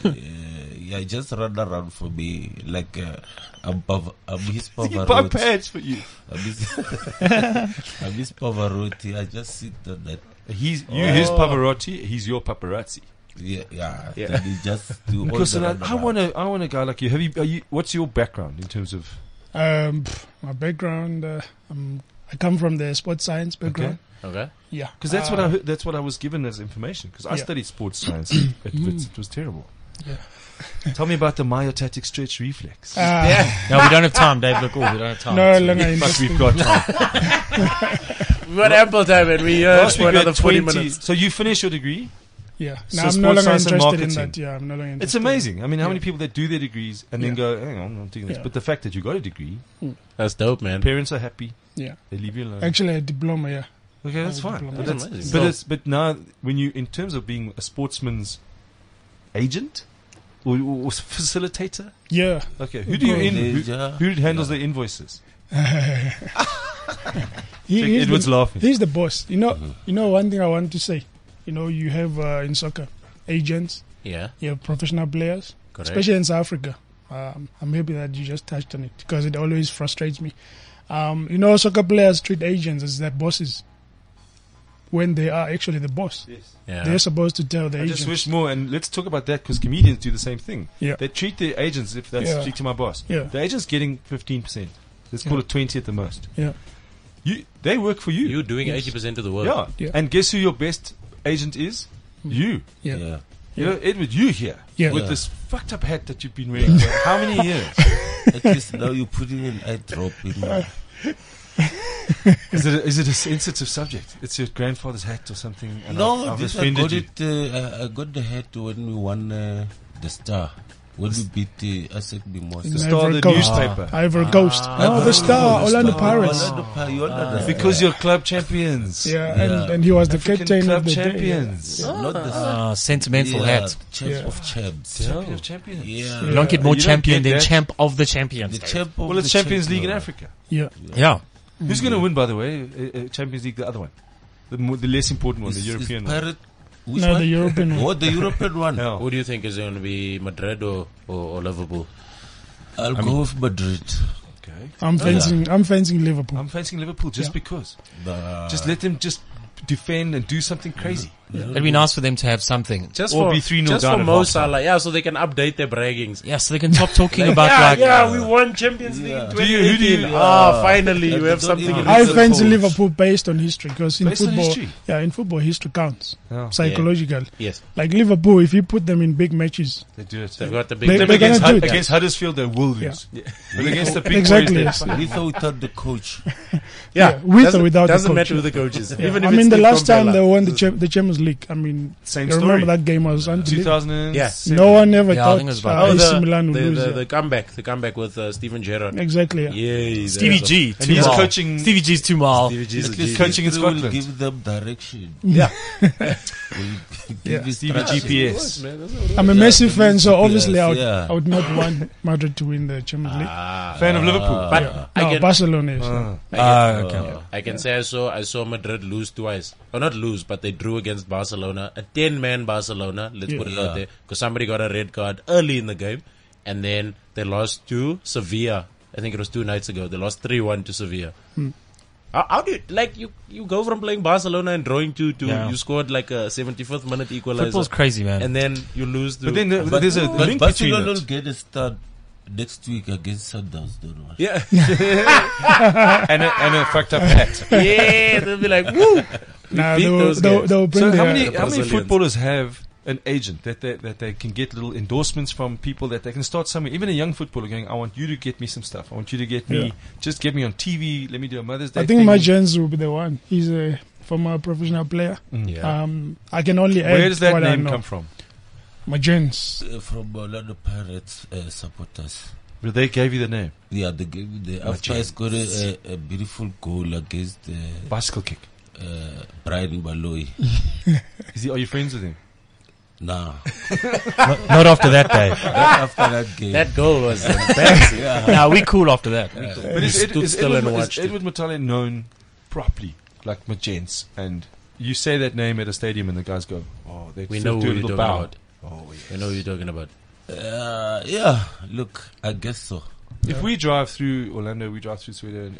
F: yeah, he just run around for me like uh, I'm, Pav- I'm his
B: <laughs> He buy
F: Pavarotti.
B: pads for you.
F: I'm his, <laughs> I'm his Pavarotti. I just sit on that.
B: He's you, his Pavarotti. He's your paparazzi.
F: Yeah, yeah. Then he just do all
B: Because
F: the
B: I, I
F: runaround.
B: want a, I want a guy like you. Have you, are you? What's your background in terms of?
E: Um, pff, my background, uh, um, I come from the sports science background.
B: Okay.
C: Okay.
E: Yeah,
B: Because that's what
E: Uh,
B: I heard- that's what I was given as information. Because I
E: Yeah.
B: studied sports <coughs> science. at Wits. It was terrible. Tell me about the myotatic stretch <laughs> reflex.
E: Uh,
D: No, we don't have time, Dave. Look, oh, we don't have time.
E: No, Lena,
B: But
E: interesting.
B: we've got
E: <laughs>
B: time.
C: We got ample time, and we uh,
B: Last
C: for
B: week we
C: another
B: had
C: forty
B: 20
C: minutes.
B: So you finished your degree.
E: Yeah,
B: So
E: no, I'm no
B: sports
E: longer
B: science and
E: interested in
B: marketing.
E: that. Yeah, I'm no longer interested.
B: It's amazing. I mean, how
E: Yeah.
B: many people that do their degrees and then
E: Yeah.
B: go, hang on, I'm doing this.
E: Yeah.
B: But the fact that you got a degree,
C: That's dope, man.
B: parents are happy,
E: Yeah,
B: they leave you alone.
E: actually, a diploma. Yeah,
B: okay, that's
E: Oh,
B: fine.
E: diploma.
B: But,
C: That's
B: that's,
C: amazing.
B: but, it's, but now, when you, in terms of being a sportsman's agent or, or, or facilitator,
E: yeah.
B: okay, who do you in, who, who handles the invoices?
E: He-
B: Check,
E: he's the-
B: Edward's Mm-hmm. laughing.
E: He's the boss. You know, you know. One thing I want to say, you know, you have uh, in soccer agents,
C: Yeah.
E: you have professional players,
C: Correct.
E: especially in South Africa. Um, I'm happy that you just touched on it because it always frustrates me. Um, you know, soccer players treat agents as their bosses when they are actually the boss.
C: yeah.
E: They're supposed to tell the
B: I
E: agents.
B: just wish more, and let's talk about that because comedians do the same thing.
E: Yeah.
B: They treat their agents, if that's
E: Yeah.
B: speak to my boss,
E: Yeah.
B: the agent's getting 15%. Let's call
E: Yeah.
B: it 20 at the most.
E: Yeah.
B: You, they work for
C: You doing
E: Yes.
C: eighty percent of the work.
B: Yeah.
E: Yeah. Hmm.
B: And guess who your best agent is? You.
E: yeah.
F: Yeah.
B: You know, Edward, you here
E: Yeah.
B: with
E: Yeah.
B: this fucked up hat that you've been wearing for how many years?
F: At least now you're putting an eye drop
B: <laughs>
F: in. my-
B: Is it, a, is it a sensitive subject? It's your grandfather's hat or something. and I've,
F: No,
B: I've
F: this I
B: offended
F: got
B: you.
F: it. Uh, I- I got the hat when we won uh, the star. When we beat uh, Asek
E: In
F: Mimosa.
E: the
B: Star the
E: Ivory Coast.
B: newspaper.
E: Ivory Coast. no, Oh, the star, Orlando Pirates.
F: Orlando Pirates. You understand?
B: Because you're club champions.
E: Yeah, And,
F: Yeah.
E: and he was the
B: African
E: captain
B: club
E: of the day, yeah.
B: champions.
F: Not the
D: Ah, sentimental
F: yeah,
D: hat.
F: Champ
E: Yeah.
F: of champs.
B: Champion of champions.
F: Yeah.
D: You don't get more
B: You don't get
D: champion than
B: that.
D: champ of the champions.
F: The champ of
B: Well, it's
F: the
B: Champions League in
F: champion.
B: Africa.
E: Yeah.
D: yeah.
E: Mm.
B: Who's going to win, by the way? Uh, uh, Champions League, the other one. The, mo- the less important one, the
F: It's- it's
B: European one.
F: Pirate, which
E: No,
F: one?
E: the
B: <laughs>
E: European one.
F: Oh, the European one.
B: Hell.
C: Who do you think is going to be Madrid or, or, or Liverpool?
F: I'll go with Madrid.
B: Okay.
E: I'm fencing. I'm fencing Liverpool.
B: I'm facing Liverpool just
E: Yeah.
B: because.
F: Nah.
B: Just let them just defend and do something crazy.
D: It'd be nice for them to have something.
C: Just
B: Or
C: for,
B: be 3-0
C: just
B: down
C: for
B: at
C: Mo
B: halftime.
C: Salah, yeah, so they can update their braggings.
D: <laughs> Yeah, so they can stop
B: <laughs>
D: talking about
C: yeah,
D: like uh,
C: yeah, we won Champions League in
B: Do you- who do you-
C: 2018. Ah, finally, you
F: Yeah,
C: have
F: don't
C: something
F: even-
C: in
E: I
C: Liverpool.
E: fancy Liverpool based on history because in
B: Based on
E: football,
B: history?
E: yeah, in football history counts
B: Oh,
E: psychological.
C: Yes,
E: Like Liverpool, if you put them in big matches,
B: they do it.
C: they've
B: Them
C: got the big.
E: They-
C: Them
E: they're
C: against
E: gonna do
C: Hud-
E: it.
B: against
C: against
B: Huddersfield, they will lose. But <laughs> against the big boys,
E: Exactly.
B: they-
E: Yes.
F: With or without the coach.
C: Yeah,
E: Yeah, with or
C: doesn't-
E: without the
C: doesn't
E: coach.
C: matter who the coaches. <laughs> Even if
E: I
C: it's
E: mean, the
C: Steve
E: last time
C: Kompella.
E: they won the, cha- the Champions League, I mean,
B: Same
E: you
B: story.
E: remember that game was unbelievable.
B: 2000.
C: Yeah.
E: No one ever
D: Yeah, I
E: thought
D: think it was
E: uh,
D: about-
C: Oh,
E: AC
C: the,
E: Milan would
C: the,
E: lose.
C: the,
E: yeah.
C: the comeback, the comeback with uh, Stephen Gerrard.
E: exactly. Yeah.
C: Yay,
D: Stevie
C: there's
D: G,
B: And
D: two
B: he's
D: mile.
B: coaching-
D: Stevie G's two mile.
C: a- Stevie G's a
F: At least
C: genius.
B: coaching in
F: history will
B: Scotland.
F: give them direction.
C: <laughs> Yeah, <laughs>
F: Give
E: Yeah.
F: it
B: Stevie
F: direction.
B: GPS.
E: I'm a
F: Yeah,
E: Messi
F: it
E: fan,
F: is
E: so
F: GPS,
E: obviously I would,
F: yeah.
E: I would not want Madrid to win the Champions League.
B: Fan of Liverpool.
C: but I
E: no,
C: can,
E: Barcelona is.
D: Ah, okay.
C: I can say I saw I saw Madrid lose twice, or not lose, but they drew against Barcelona, a ten man Barcelona. Let's
E: Yeah.
C: put it
F: Yeah.
C: out there because somebody got a red card early in the game, and then they lost to Sevilla. I think it was two nights ago. They lost three one to Sevilla.
D: Hmm.
C: How, how do you like you you go from playing Barcelona and drawing two to
D: Yeah.
C: you scored like a seventy fifth minute equalizer,
D: Football's crazy, man.
C: and then you lose to
B: But then there-
F: But,
B: there's a
F: but
B: link between
F: Barcelona will
B: it.
F: get a start next week against Sundowns, don't worry.
C: yeah. <laughs>
B: and a, and a fucked up hat.
C: yeah, they'll be like, woo.
E: Nah,
C: beat
E: they will,
C: those
E: they, will,
C: guys.
E: they will bring
B: So
E: their,
B: how many how many
C: Brazilians.
B: footballers have an agent that they, that they can get little endorsements from people that they can start somewhere. Even a young footballer going, I want you to get me some stuff. I want you to get me,
E: Yeah.
B: just get me on TV. Let me do a Mother's Day.
E: I think
B: thing." Mm.
E: Majens will be the one. He's a former professional player.
C: Yeah.
E: Um, I can only add
B: Where does that
E: what I
B: name
E: know.
B: come from?
E: Majens.
F: Uh, From Orlando Pirates uh, supporters.
B: Well, they gave you the name.
F: Yeah, the game, the after I scored a, a, a beautiful goal against uh,
B: Bicycle kick.
F: uh, Brian Baloy.
B: Is he, are you friends with him?
F: nah,
C: <laughs>
D: not, not after
B: <laughs>
D: that day.
F: right after that game,
C: That goal was embarrassing.
D: nah, we cool after that.
B: But is,
C: stood still
B: Edward,
C: and
B: is
C: watched it.
B: Edward Matale known properly, like Magents? And you say that name at a stadium and the guys go, oh, they
C: We
B: still
C: know
B: do a Oh,
C: who you're
B: little
C: talking
B: bow.
C: about. I know who you're talking about.
F: uh, yeah. Look, I guess so.
B: If we drive through Orlando, we drive through Sweden, and,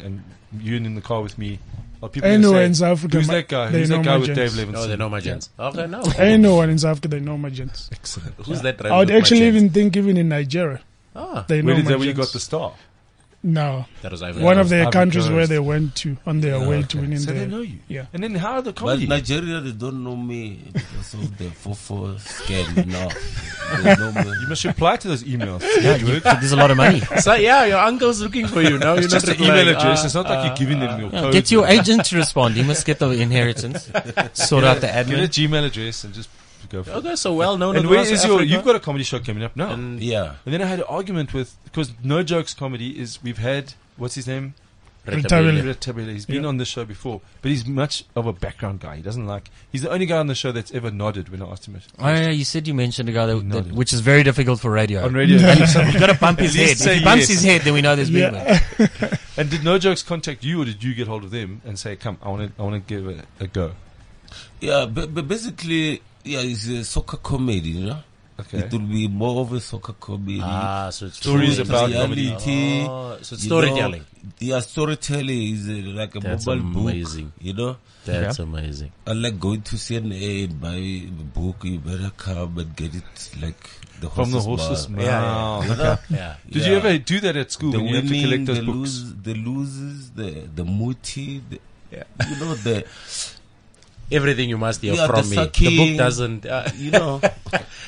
B: and you're in the car with me, are people gonna
E: Anywhere
B: say,
E: in South Africa,
B: Who's
E: ma-
B: that guy?
E: they
B: Who's
E: know
B: that guy with
E: Majens.
B: Dave Levinson?
C: No, they know my gents. Okay, no.
E: Anyone in South Africa, they know Majens.
B: Excellent.
C: Who's that driving?
E: I would
C: with my
E: actually
C: gents?
E: even think even in Nigeria,
C: Ah,
E: they know
B: Where did that? Where you
E: Majens.
B: got the star?
E: No,
C: that was Ivan.
E: one of
B: Ivory
E: their countries where
B: Coast.
E: they went to on their way to winning
B: Ah, So they know
E: the.
B: you.
E: Yeah.
B: And then how are the
F: But
B: comedy?
F: Nigeria, they don't know me because of the
B: <laughs>
F: 4-4 scam now. They know me.
B: you must reply to those
E: <laughs>
B: emails.
D: You- There's a lot
B: <laughs>
D: of money.
C: So yeah, your uncle's looking for you now. You're
B: It's
C: not
B: just an
C: replying.
B: email address.
C: Ah,
B: it's not like you're giving them your code.
D: Get your agent to respond. He must get the inheritance. Sort out the
B: Get a
D: admin.
B: Gmail address and just go for it.
C: Okay, so well known.
B: And
C: across
B: where is your?
C: Africa.
B: You've got a comedy show coming up now. And,
C: And
F: Yeah,
B: then I had an argument with because no jokes comedy is we've had what's his name
E: Retabile.
C: Retabile.
B: Brett Tabele. He's been
E: Yeah.
B: on this show before, but he's much of a background guy. He doesn't like. He's the only guy on the show that's ever nodded when I asked him. it.
D: Oh, yeah, you said you mentioned a guy that,
B: No,
D: that
B: no.
D: which is very difficult for radio.
B: On radio,
D: <laughs> you got to bump his
B: At
D: head.
B: least
D: If
B: say
D: he bumps
B: yes.
D: his head, then we know there's
E: Yeah.
D: movement.
B: and did No Jokes contact you, or did you get hold of them and say, "Come, I want to, I want to give it a go"?
F: yeah. But, but basically, yeah, it's a soccer comedy, you know.
B: Okay.
F: It will be more of a soccer comedy.
C: Ah, so it's
B: Stories
C: true.
B: about
F: reality.
C: Oh, so it's
F: you know.
C: storytelling.
F: yeah, storytelling is uh, like a
C: That's
F: mobile
C: amazing.
F: book. You know,
C: That's amazing.
F: unlike going to CNA and buy a book, you better come and get it like the
B: From
F: horses
B: the horses,
F: bar.
B: mouth.
F: <laughs> You know?
C: Yeah.
B: Did
F: Yeah.
B: you ever do that at school
F: The
B: when you had to collect
F: winning,
B: those
F: the
B: books?
F: lose, the loses, the the muti, the, you know the.
C: everything you must hear
F: Yeah,
C: from
F: the
C: me. The
F: sucking.
C: book doesn't. Uh,
B: <laughs>
F: You know,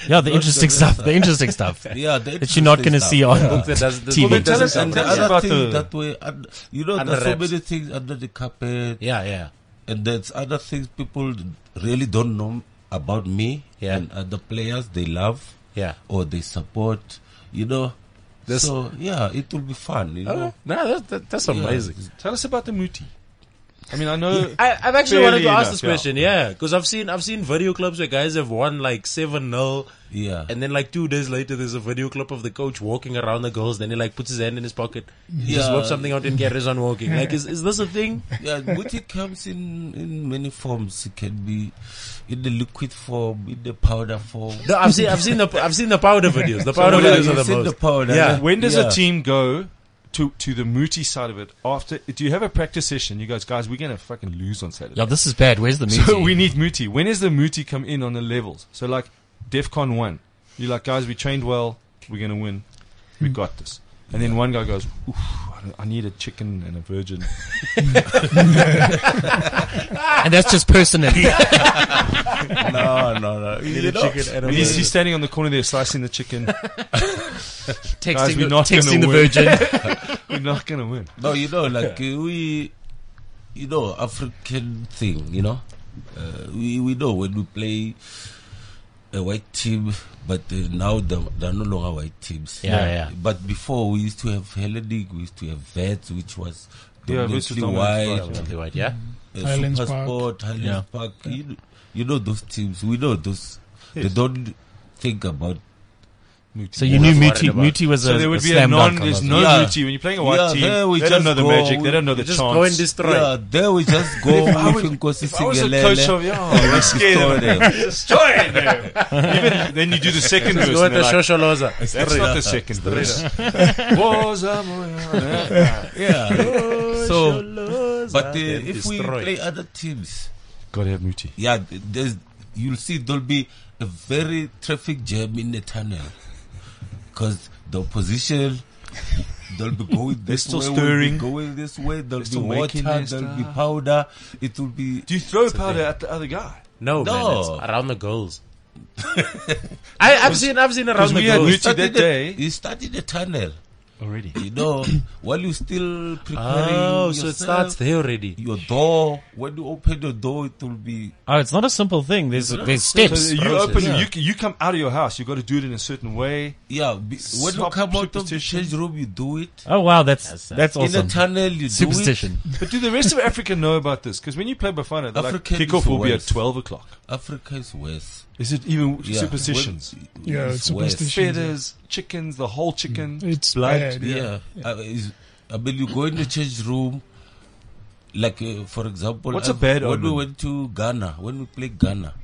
D: Yeah, the interesting
F: the
D: stuff. The interesting stuff
F: yeah,
D: that you're not going to see on
C: book that doesn't.
D: TV.
C: The book
D: Well,
F: Tell
C: doesn't
F: us and the
C: cover
B: us
C: it.
F: other
B: about
F: things
B: the-
F: that way. And, you know,
C: Under
F: there's so
C: wraps.
F: many things under the carpet,
C: Yeah, yeah.
F: and there's other things people really don't know about me
C: Yeah.
F: and other players they love
C: Yeah.
F: or they support. You know,
C: This-
F: so yeah, it will be fun. You know,
C: Okay. No, that, that, that's
F: Yeah.
C: amazing.
B: Tell us about the Muti. I mean, I know.
C: I, I've actually
B: Fairly
C: wanted to ask
B: enough,
C: this
B: yeah.
C: question, yeah, because I've seen I've seen video clubs where guys have won like seven 0
F: Yeah.
C: and then like two days later there's a video clip of the coach walking around the goals, then he like puts his hand in his pocket, he just
F: Yeah.
C: whips something out and carries on walking. Like, is is this a thing?
F: Yeah, Muti comes in, in many forms. It can be in the liquid form, in the powder form.
C: No, I've seen I've seen the I've seen the powder videos. The powder
F: Yeah,
C: videos
F: you
C: are the
F: said
C: most.
F: the powder.
C: Yeah.
B: When does
F: Yeah.
B: a team go to, to the Muti side of it after? Do you have a practice session? You guys, guys, we're going to fucking lose on Saturday.
D: <laughs> Yeah, this is bad. Where's the movie?
B: So we need Muti. When is the Muti come in on the levels? So like DEFCON one, you're like, guys, we trained well, we're gonna win, we got this. And then one guy goes, Oof, I don't- I need a chicken and a virgin.
D: and that's just personal. <laughs>
F: No,
C: <laughs>
F: no, no. You know,
B: And he's, he's standing on the corner there slicing the chicken. <laughs>
D: texting
B: Guys,
D: the,
B: we're not
D: texting
B: gonna
D: the
B: win.
D: virgin. <laughs>
B: We're not gonna win.
F: no, you know, like uh, we, you know, African thing. You know, uh, we we know when we play a white team, but uh, now there there are no longer white teams.
C: Yeah, yeah.
F: But before we used to have Hellenic, we used to have Vets, which was
B: Yeah, Vets was dominantly
F: dominantly white.
B: white,
C: Something like- yeah.
F: uh,
E: Highlands Park.
F: Supersport, Highlands
D: Yeah.
F: Park. You, kn- you know those teams. We know those. They
B: Yes.
F: don't think about.
D: So you
C: What
D: knew
C: I'm worried
D: Muti,
C: about.
D: Muti was
B: So
D: a,
B: there
D: a
B: would be a
D: slam
B: non.
D: dunk.
B: There's
D: on
B: no
F: Yeah.
B: Muti when you're playing a white
F: Yeah, there
B: team.
F: we
B: They don't
F: just
B: know the
F: go,
B: magic.
F: we-
B: They don't know the
C: Just
B: chance.
C: go and destroy.
F: Yeah, there we just go. we can go
B: if I was the coach of yeah, we
F: Destroy
B: scared them.
F: them.
B: Destroy them. Even <laughs> then you do the second verse.
C: Just go at
B: and
C: the
B: they're like, <laughs>
C: Shosholoza.
B: That's not the second verse. <laughs> Was a boy- <laughs>
F: Yeah. so, but uh,
C: then
F: if we
C: destroy.
F: play other teams,
B: Gotta have Muti.
F: yeah, th- there's you'll see there'll be a very traffic jam in the tunnel because the opposition. They'll be
B: <laughs>
F: going this
B: still
F: way. we'll be
B: stirring.
F: going this way. There'll
B: still
F: be water.
B: making
F: There'll
B: this
F: be
B: stuff.
F: powder. It will be
B: Do you throw powder at the other guy?
C: No, man,
F: No.
C: it's around the goals. <laughs> I, I've seen I've seen around
B: Because
C: the
B: we had
C: goals.
B: Muti that
F: the-
B: day.
F: You started the tunnel,
B: Already.
F: you know, <coughs> while you still preparing.
C: Oh, so it
F: yourself,
C: starts there already.
F: Your door. When you open the door, it will be.
D: Oh, it's not a simple thing. There's there's steps.
B: So you
C: process.
B: open,
F: Yeah.
B: you you come out of your house. You got to do it in a certain way.
F: Yeah, be, when you
B: Sup-
F: come out of the
B: superstition.
F: change room, you do it.
D: Oh wow, that's
C: That's-
D: that's,
F: In
D: awesome.
F: the tunnel, you
D: Superstition.
B: But do the rest of Africa know about this? Because when you play Bafana, they're like,
F: Africa is
B: kickoff will be at
F: worse.
B: twelve o'clock.
F: do it. Africa is worse.
B: Is it even
F: Yeah.
B: superstitions?
F: When-
E: Yeah,
F: it's
E: it's
F: worse.
E: superstition.
B: Feathers, chickens, the whole chicken.
E: It's
B: blood.
E: bad.
F: Yeah,
E: Yeah.
F: I, is- I mean, you go in the change room. Like uh, for example,
B: What's a
F: I've-
B: bad
F: when we
B: omen?
F: went to Ghana, when we played Ghana,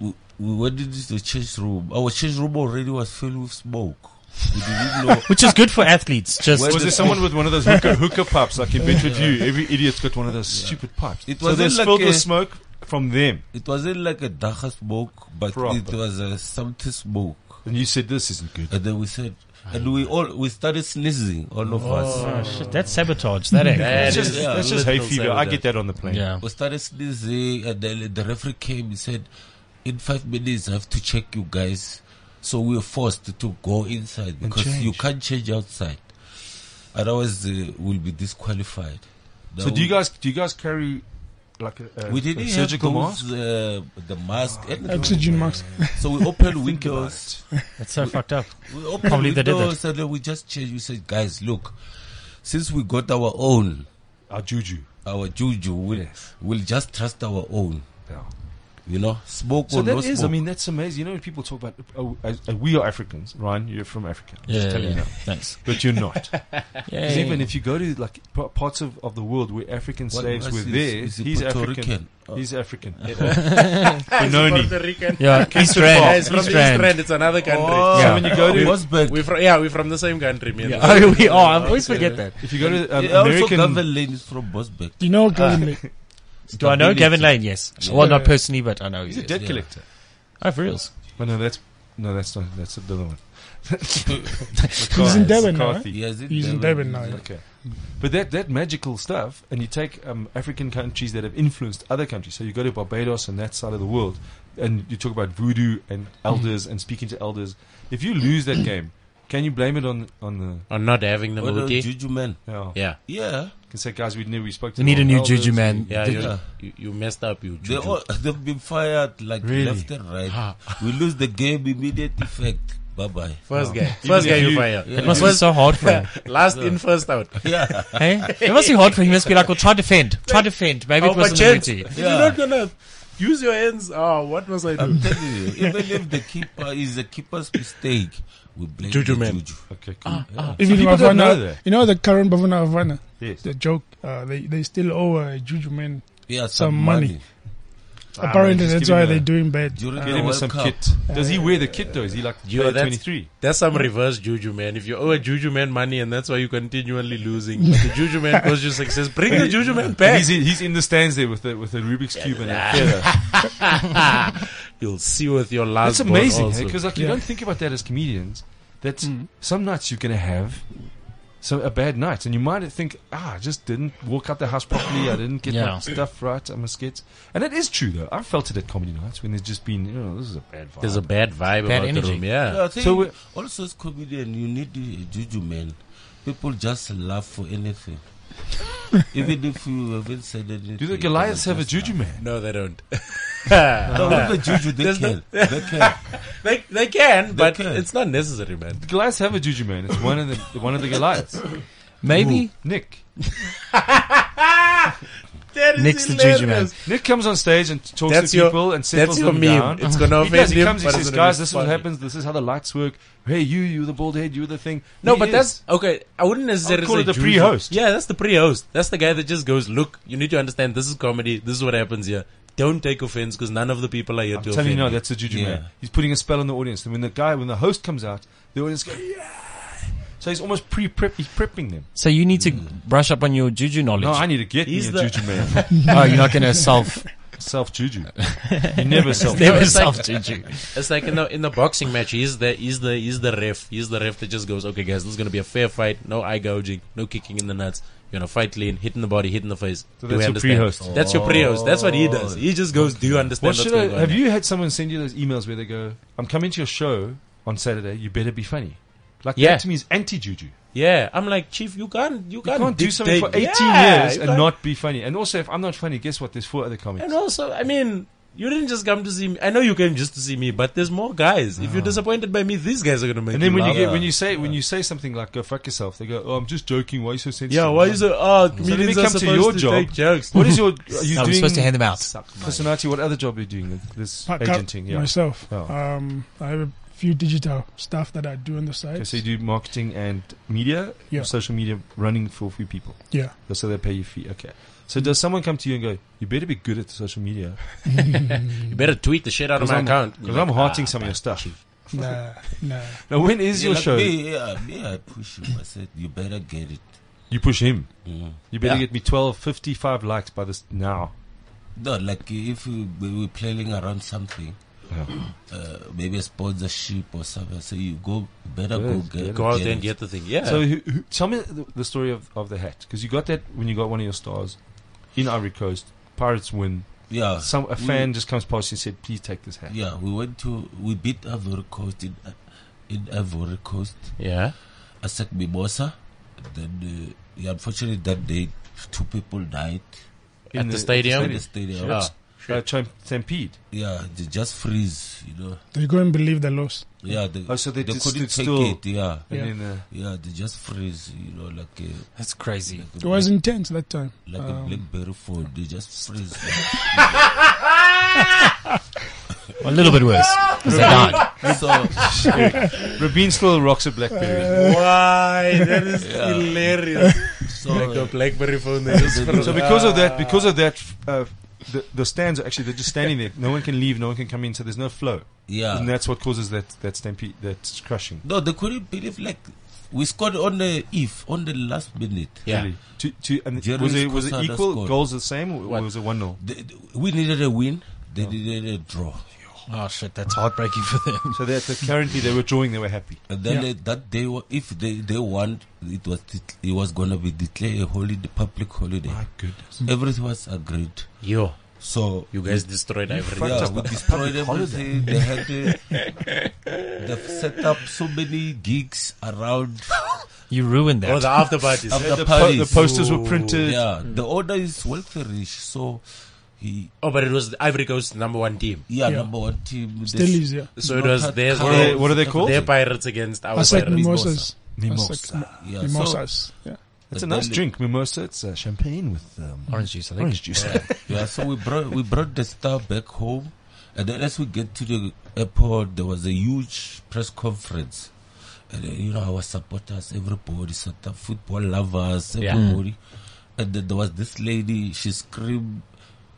F: we, we went into the change room. Our change room already was filled with smoke. We
B: <laughs>
F: didn't know.
D: <laughs> Which is good for athletes. Just
F: Well,
B: Was there someone with one of those
F: <laughs>
B: hookah, hookah pipes like in Bedford View? Every idiot's got one of those stupid pipes.
F: It
B: so they're
F: wasn't like
B: spilled
F: a-
B: with smoke from them.
F: It wasn't like a Dacha smoke, but it
B: Proper.
F: was a something smoke.
B: And you said this isn't good.
F: And then we said, and we all we started sneezing, all of us.
D: oh, shit, that's sabotage. That <laughs> ain't.
C: That
B: That's
C: is-
B: just,
F: yeah,
B: that's just hay
C: literal
B: fever. I
C: sabotage.
B: get that on the plane.
D: yeah.
F: We started sneezing, and then the referee came. He said, "In five minutes, I have to check you guys." So we were forced to go inside because you
B: change.
F: can't change outside, otherwise uh, we'll be disqualified.
B: So do you guys do you guys carry like a, a,
F: We didn't
B: a
F: have
B: surgical
F: those,
B: mask?
F: Uh, the mask. and
E: Oxygen mask.
F: So we
B: <laughs>
F: opened
B: Think about
F: windows.
B: it.
D: That's so fucked up.
F: We opened
D: Probably they did
F: windows and then we just changed. We said, guys, look, since we got our own,
B: Our juju.
F: our juju, we'll,
B: Yes.
F: we'll just trust our own. You know, smoke
B: So
F: or
B: that
F: no
B: is, I
F: smoke.
B: mean, that's amazing. You know, when people talk about, oh, uh, uh, we are Africans. Ryan, you're from Africa. I'm just
D: Yeah,
B: telling you
D: yeah.
B: now.
D: Thanks.
B: But you're
D: <laughs>
B: not. 'Cause
D: Yeah,
B: even if you go to like p- parts of, of the world where African
F: What
B: slaves
F: race
B: were
F: is-
B: there,
F: is he
B: he's
F: Puerto
B: African.
F: Rican? Oh.
B: He's African. Benoni.
D: yeah, East Rand,
C: Guys, from
D: Oh, East
C: East Rand,
D: Rand.
C: it's another country.
B: Oh. So
D: Yeah.
B: when you go to,
F: Mosberg.
C: We're from, yeah, we're from the same country, man.
D: Yeah. <laughs> Oh,
C: <laughs>
D: we are. I always forget that.
B: if you go to um,
F: Yeah, also,
B: American,
F: Gavin Lane is from Bosberg.
E: You
B: Ah. <laughs>
E: know, Gavin,
D: Do I know Gavin Lane? Yes. Well, not personally, but I know.
B: he's a
D: yes.
B: debt
F: yeah.
B: collector.
D: Oh, for reals.
B: But no, that's no, that's not that's the other one.
E: <laughs> He's in Durban now. eh?
B: McCarthy.
F: Yes, it
E: He's in Durban now. yeah.
B: Okay. But that, that magical stuff, and you take um, African countries that have influenced other countries. So you go to Barbados and that side of the world, and you talk about voodoo and elders and speaking to elders. If you lose that game, can you blame it on on the?
C: Or Oh, not having the
F: What a
C: movie.
F: juju man.
B: Yeah,
C: Yeah.
F: Yeah,
B: You can say guys, we knew we spoke to.
D: We need
B: the
D: a new
B: elders."
D: juju man.
C: Yeah,
D: The-
C: you, you, you messed up, you
F: they
C: juju.
F: all <laughs> they've been fired like left and right. we lose the game immediate effect. Bye bye.
C: First guy. First guy you fire.
D: It must
C: <laughs>
D: be so hard for him.
C: Last in, first out.
F: Yeah,
D: hey? It must be hard for him. He must be like, well, try defend. Try defend. Maybe it
C: Oh, but
D: wasn't
C: gents,
D: empty.
C: If you're not gonna use your hands, oh, what must I do?
F: I'm telling you. Even if the keeper is the keeper's mistake, we blame
C: Juju
F: the
C: man.
F: juju.
B: Okay, cool.
E: Even
B: people don't
E: Bafana-
B: know that.
E: You know the current Bavana Havana?
B: Yes.
E: The joke, uh, they, they still owe a Juju man.
F: Yeah,
E: Some money.
B: Ah,
E: Apparently,
B: man, just
E: that's
B: give him
E: why
B: a-
E: they're doing bad.
F: During
B: Get
F: the
B: him
F: World
B: some
F: Cup.
B: kit. Does he wear the kit though? Is he like
C: Yo, that's-
B: twenty three?
C: That's some reverse juju man. If you owe a juju man money and that's why you continually losing, but the juju man <laughs> caused you success, bring the juju man back.
B: He's in, he's in the stands there with the with the Rubik's cube and a feather.
C: You'll see with your last.
B: That's amazing
C: ball also. Mm.
B: because like you don't think about that as comedians. That some nights you're gonna have so a bad night, and you might think, ah, I just didn't walk out the house properly. I didn't get
D: Yeah.
B: my stuff right. I must get, and it is true though. I've felt it at comedy nights when there's just been, you know, this is a bad vibe.
C: There's a bad vibe about
D: energy.
C: the room. Yeah.
F: Yeah, I think
B: So we-
F: also as comedian, you need the juju man. People just laugh for anything, even if you haven't said anything.
B: Do the Goliaths
F: they
B: have a
F: just
B: juju man?
C: No, they don't. <laughs>
F: laugh. No, with the juju they can. They can.
C: They they can, but
F: can.
C: it's not necessary, man.
B: The Goliaths have a juju man. It's one of the one of the Goliaths.
D: Maybe.
B: Nick.
C: That is
D: Nick's the juju man.
C: hilarious.
B: Nick comes on stage and talks
C: That's
B: to
C: your-
B: people and settles
C: That's your
B: them
C: meme.
B: down.
C: It's
B: <laughs>
C: gonna
B: He does.
C: offend
B: He
C: him.
B: comes. He
C: but
B: says,
C: it's gonna be
B: "Guys, this is what
C: funny."
B: happens. This is how the lights work. Hey, you, you the bald head, you the thing."
C: No,
B: He
C: but
B: is-
C: that's okay. I wouldn't necessarily
B: I'll call
C: say
B: it the
C: juju.
B: pre-host.
C: Yeah, that's the pre-host. That's the guy that just goes, "Look, you need to understand. This is comedy. This is what happens here. Don't take offense because none of the people are here to
B: I'm telling you,
C: offend
B: no, that's a juju
F: Yeah.
B: man. He's putting a spell on the audience. And when the guy, when the host comes out, the audience go, yeah. So he's almost pre-prep. He's prepping them.
D: So you need to brush up on your juju knowledge.
B: No,
D: <laughs>
B: I need to get
C: He's
B: me a
C: the-
B: juju
C: <laughs>
B: man.
D: oh, you're not going to self,
B: self juju. You never self. <laughs>
C: No,
D: never
C: it's like-
D: self juju.
C: It's like in the in the boxing match, he's the he's the he's the ref. He's the ref that just goes, okay, guys, this is gonna be a fair fight. No eye gouging, no kicking in the nuts. You're gonna fight clean, hitting the body, hitting the face.
B: So
C: do
B: that's
C: we
B: your
C: understand?
B: pre-host. Oh.
C: That's your pre-host. That's what he does. He just goes, do you understand?
B: What
C: what's
B: should I?
C: going on
B: Have
C: here?"
B: you had someone send you those emails where they go, "I'm coming to your show on Saturday. You better be funny." Like
C: Yeah.
B: that to me is anti juju.
C: Yeah, I'm like, chief, you can't you
B: You
C: can't,
B: can't do something for
C: dictate-
B: 18
C: Yeah,
B: years
C: you
B: and
C: can't-
B: not be funny. And also, if I'm not funny, guess what? There's four other comics.
C: And also, I mean, you didn't just come to see me. I know you came just to see me, but there's more guys. If you're disappointed by me, these guys are gonna make.
B: Ah. And then
C: you
B: when you
C: laugh.
B: get when you say when you say something like "go fuck yourself," they go, "Oh, I'm just joking. Why are you so sensitive?"
C: yeah, why is it? Oh,
B: let me
C: comedians are
B: come to
C: supposed
B: your
C: to
B: job.
C: take jokes.
B: What is your? Are you
C: <laughs>
D: No,
B: doing
D: we're supposed to hand them out.
B: personality? What other job are you doing? This
E: Pack up
B: agenting, yeah.
E: myself.
B: Oh.
E: Um, I have a few digital stuff that I do on the side.
B: Okay, so you do marketing and media,
E: Yeah.
B: social media, running for a few people.
E: yeah.
B: So they pay you fee. Okay. So does someone come to you and go, "You better be good at social media <laughs>
C: You better tweet the shit out of my
B: I'm,
C: account.
B: because I'm hearting some of your stuff."
E: Nah,
B: <laughs>
E: nah.
B: Now, when is
F: Yeah,
B: your
F: like
B: show?
F: Me, yeah, me, I push him. I said, you better get it.
B: You push him.
F: Mm.
B: You better
C: Yeah.
B: get me 12, 55 likes by this now.
F: No, like if we, we were playing around something, uh, maybe a sponsorship or something, so you go, you better go
B: Yes,
F: get,
C: Go out
F: get
C: there and
F: it.
C: get the thing. Yeah.
B: So who, who, tell me the, the story of, of the hat because you got that when you got one of your stars in Ivory Coast. Pirates win.
C: Uh,
F: Yeah.
B: Some a
F: we-
B: fan just comes past you and said, "Please take this hat."
F: Yeah, we went to, we beat Ivory Coast in, in Ivory Coast.
C: yeah.
F: I said Mimosa. Then, uh, yeah, unfortunately, that day, two people died
B: In
C: At the stadium?
F: in the stadium.
C: <laughs> Ah,
B: Uh, Champ- Stampede.
F: Yeah, they just freeze, you know.
E: They go and believe the loss.
F: Yeah, they,
B: Oh, so they just
F: couldn't
B: stood
F: take
B: still.
F: it. Yeah,
B: And
E: Yeah.
B: then uh,
F: yeah, they just freeze, you know, like a,
D: That's crazy.
F: like
E: It
F: a
E: was intense that time.
F: like a
E: Um,
F: blackberry phone. They just
B: <laughs>
F: freeze.
D: A little bit <laughs> worse. 'cause they died.
F: so
B: Rabin still rocks a blackberry.
C: Why? That is <laughs> hilarious.
F: so
C: like a BlackBerry phone. They just
B: so because of that, because of that, uh, the, the stands are actually they're just standing there. No one can leave. No one can come in. So there's no flow,
C: Uh.
B: and
F: yeah.
B: that's what causes that that stampede, that crushing.
F: No, they couldn't believe like we scored on the if on the last minute.
C: yeah.
B: Really. To, to, and
F: Jeremy
B: was it was it
F: Scorsese
B: equal?
F: scored.
B: Goals the same, or, or was it one 0
F: They- we needed a win. They needed a draw.
D: Oh shit, that's heartbreaking for them.
B: So that currently they were drawing, they were happy.
F: And then
E: Yeah.
F: they- that day, wa- if they they want, it was det- it was gonna be declared a holiday, public holiday. Mm.
B: My goodness.
F: Everything was agreed.
C: Yo,
F: So
C: you guys destroyed everything.
F: yeah,
B: us,
F: we
B: but-
F: destroyed
B: public holiday.
F: everything. They had uh, they've set up so many gigs
B: <laughs>
F: around
D: You ruined that.
C: Or the after parties.
F: after
B: The, po- the
F: parties.
B: posters were printed.
F: yeah, the order is wealthy rich. So he
C: oh, but it was the Ivory Coast number one team.
F: yeah,
E: Yeah.
F: number one team. They
E: Still is, yeah.
C: So it was
F: Not
C: their,
F: Colour.
B: They- what are they
C: their
B: called?
C: pirates against our
E: I said
C: pirates.
E: mimosas.
B: Mimosa.
F: Yeah, so-
E: Mimosas. yeah.
B: It's a nice
F: Then-
B: drink, mimosa. It's uh, champagne with um,
D: orange juice, I think.
B: orange juice.
F: Yeah, so we brought we brought the star back home, and then as we get to the airport, there was a huge press conference, and uh, you know our supporters, everybody, sort of football lovers,
C: Yeah.
F: everybody, and then there was this lady. She screamed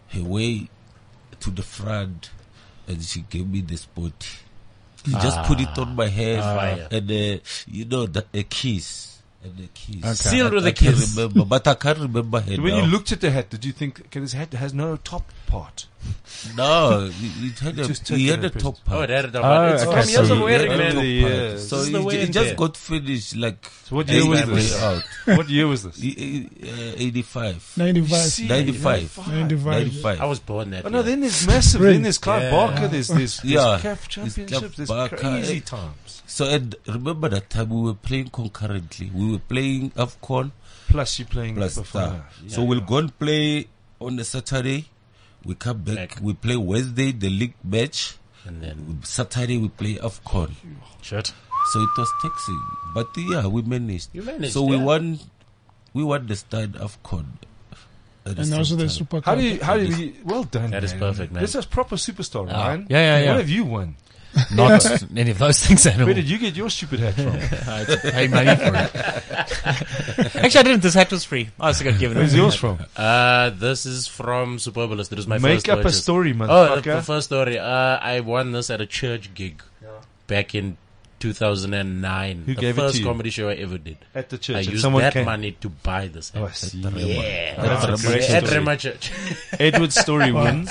F: her way to the front, and she gave me the spot. She just put it on my head,
C: Ah. Fire.
F: and uh, you know that a kiss. And a kiss.
C: Sealed
F: I-
C: with
F: I
C: a
F: can't
C: kiss.
F: Remember, but I can't remember her
B: when
F: now.
B: you looked at the hat, did you think okay, this hat has no top part?
F: No, it it had a,
B: Just
F: he
B: take it
F: had a
B: in prison.
F: top
C: Oh,
F: part.
C: that, that one. It's
B: okay,
C: from years
B: so
C: of
B: you-
C: wearing,
B: yeah.
C: man.
B: Yeah.
F: So
C: This is the
F: it,
C: way
F: it
C: it
F: just
C: is.
F: got finished like
B: So what
F: eight
B: year was
F: way
B: this?
F: out.
B: what year was this?
F: E- e- uh, 85.
E: 95.
B: See,
F: 95.
E: 95.
F: 95.
C: I was born that
B: Oh
C: year.
B: no, then there's massive.
E: Really?
B: Then there's Clive
C: Yeah.
B: Barker. There's there's, there's
F: Yeah.
B: CAF
F: There's Clive
B: championships. There's
F: Barker.
B: crazy
F: Eh.
B: times.
F: So and remember that time we were playing concurrently. We were playing AFCON
B: Plus you're playing
F: plus
B: before
F: Star.
B: that.
F: so we'll go and play on a Saturday. We come back,
C: Back.
F: we play Wednesday, the league match.
C: And then,
F: Saturday we play AFCON.
C: shit.
F: So it was taxing. But yeah, we managed.
C: You managed.
F: So we
C: yeah.
F: won, we won the stand of COD. At
E: And
F: same
E: also the
F: time.
E: Super
B: How
E: Cup.
B: do you? How do you? Well done.
C: That is
B: man.
C: perfect, man.
B: This is proper superstar,
D: Ah.
B: Ryan.
D: Yeah, yeah, yeah.
B: What have you won?
D: Not <laughs> any of those things at all.
B: Where did you get your stupid hat from?
D: I had to <laughs> pay money for it. Actually, I didn't. This hat was free. I also got given.
B: Where's
D: it.
B: yours from?
C: Uh, this is from Superbalist. It was my
B: Make
C: first
B: up a
C: purchase.
B: story,
C: Oh, the
B: motherfucker.
C: the first story. Uh, I won this at a church gig back in 2009.
B: Who
C: the
B: gave it to
C: first
B: you?
C: comedy show I ever did.
B: At the
C: I
B: church, and
C: used
B: someone
C: that
B: came.
C: money to buy this.
B: Oh, I
C: hat.
B: see.
C: yeah,
F: That's a
C: That's
F: great
C: great- at
F: story.
C: Rema Church.
B: Edward's story wins.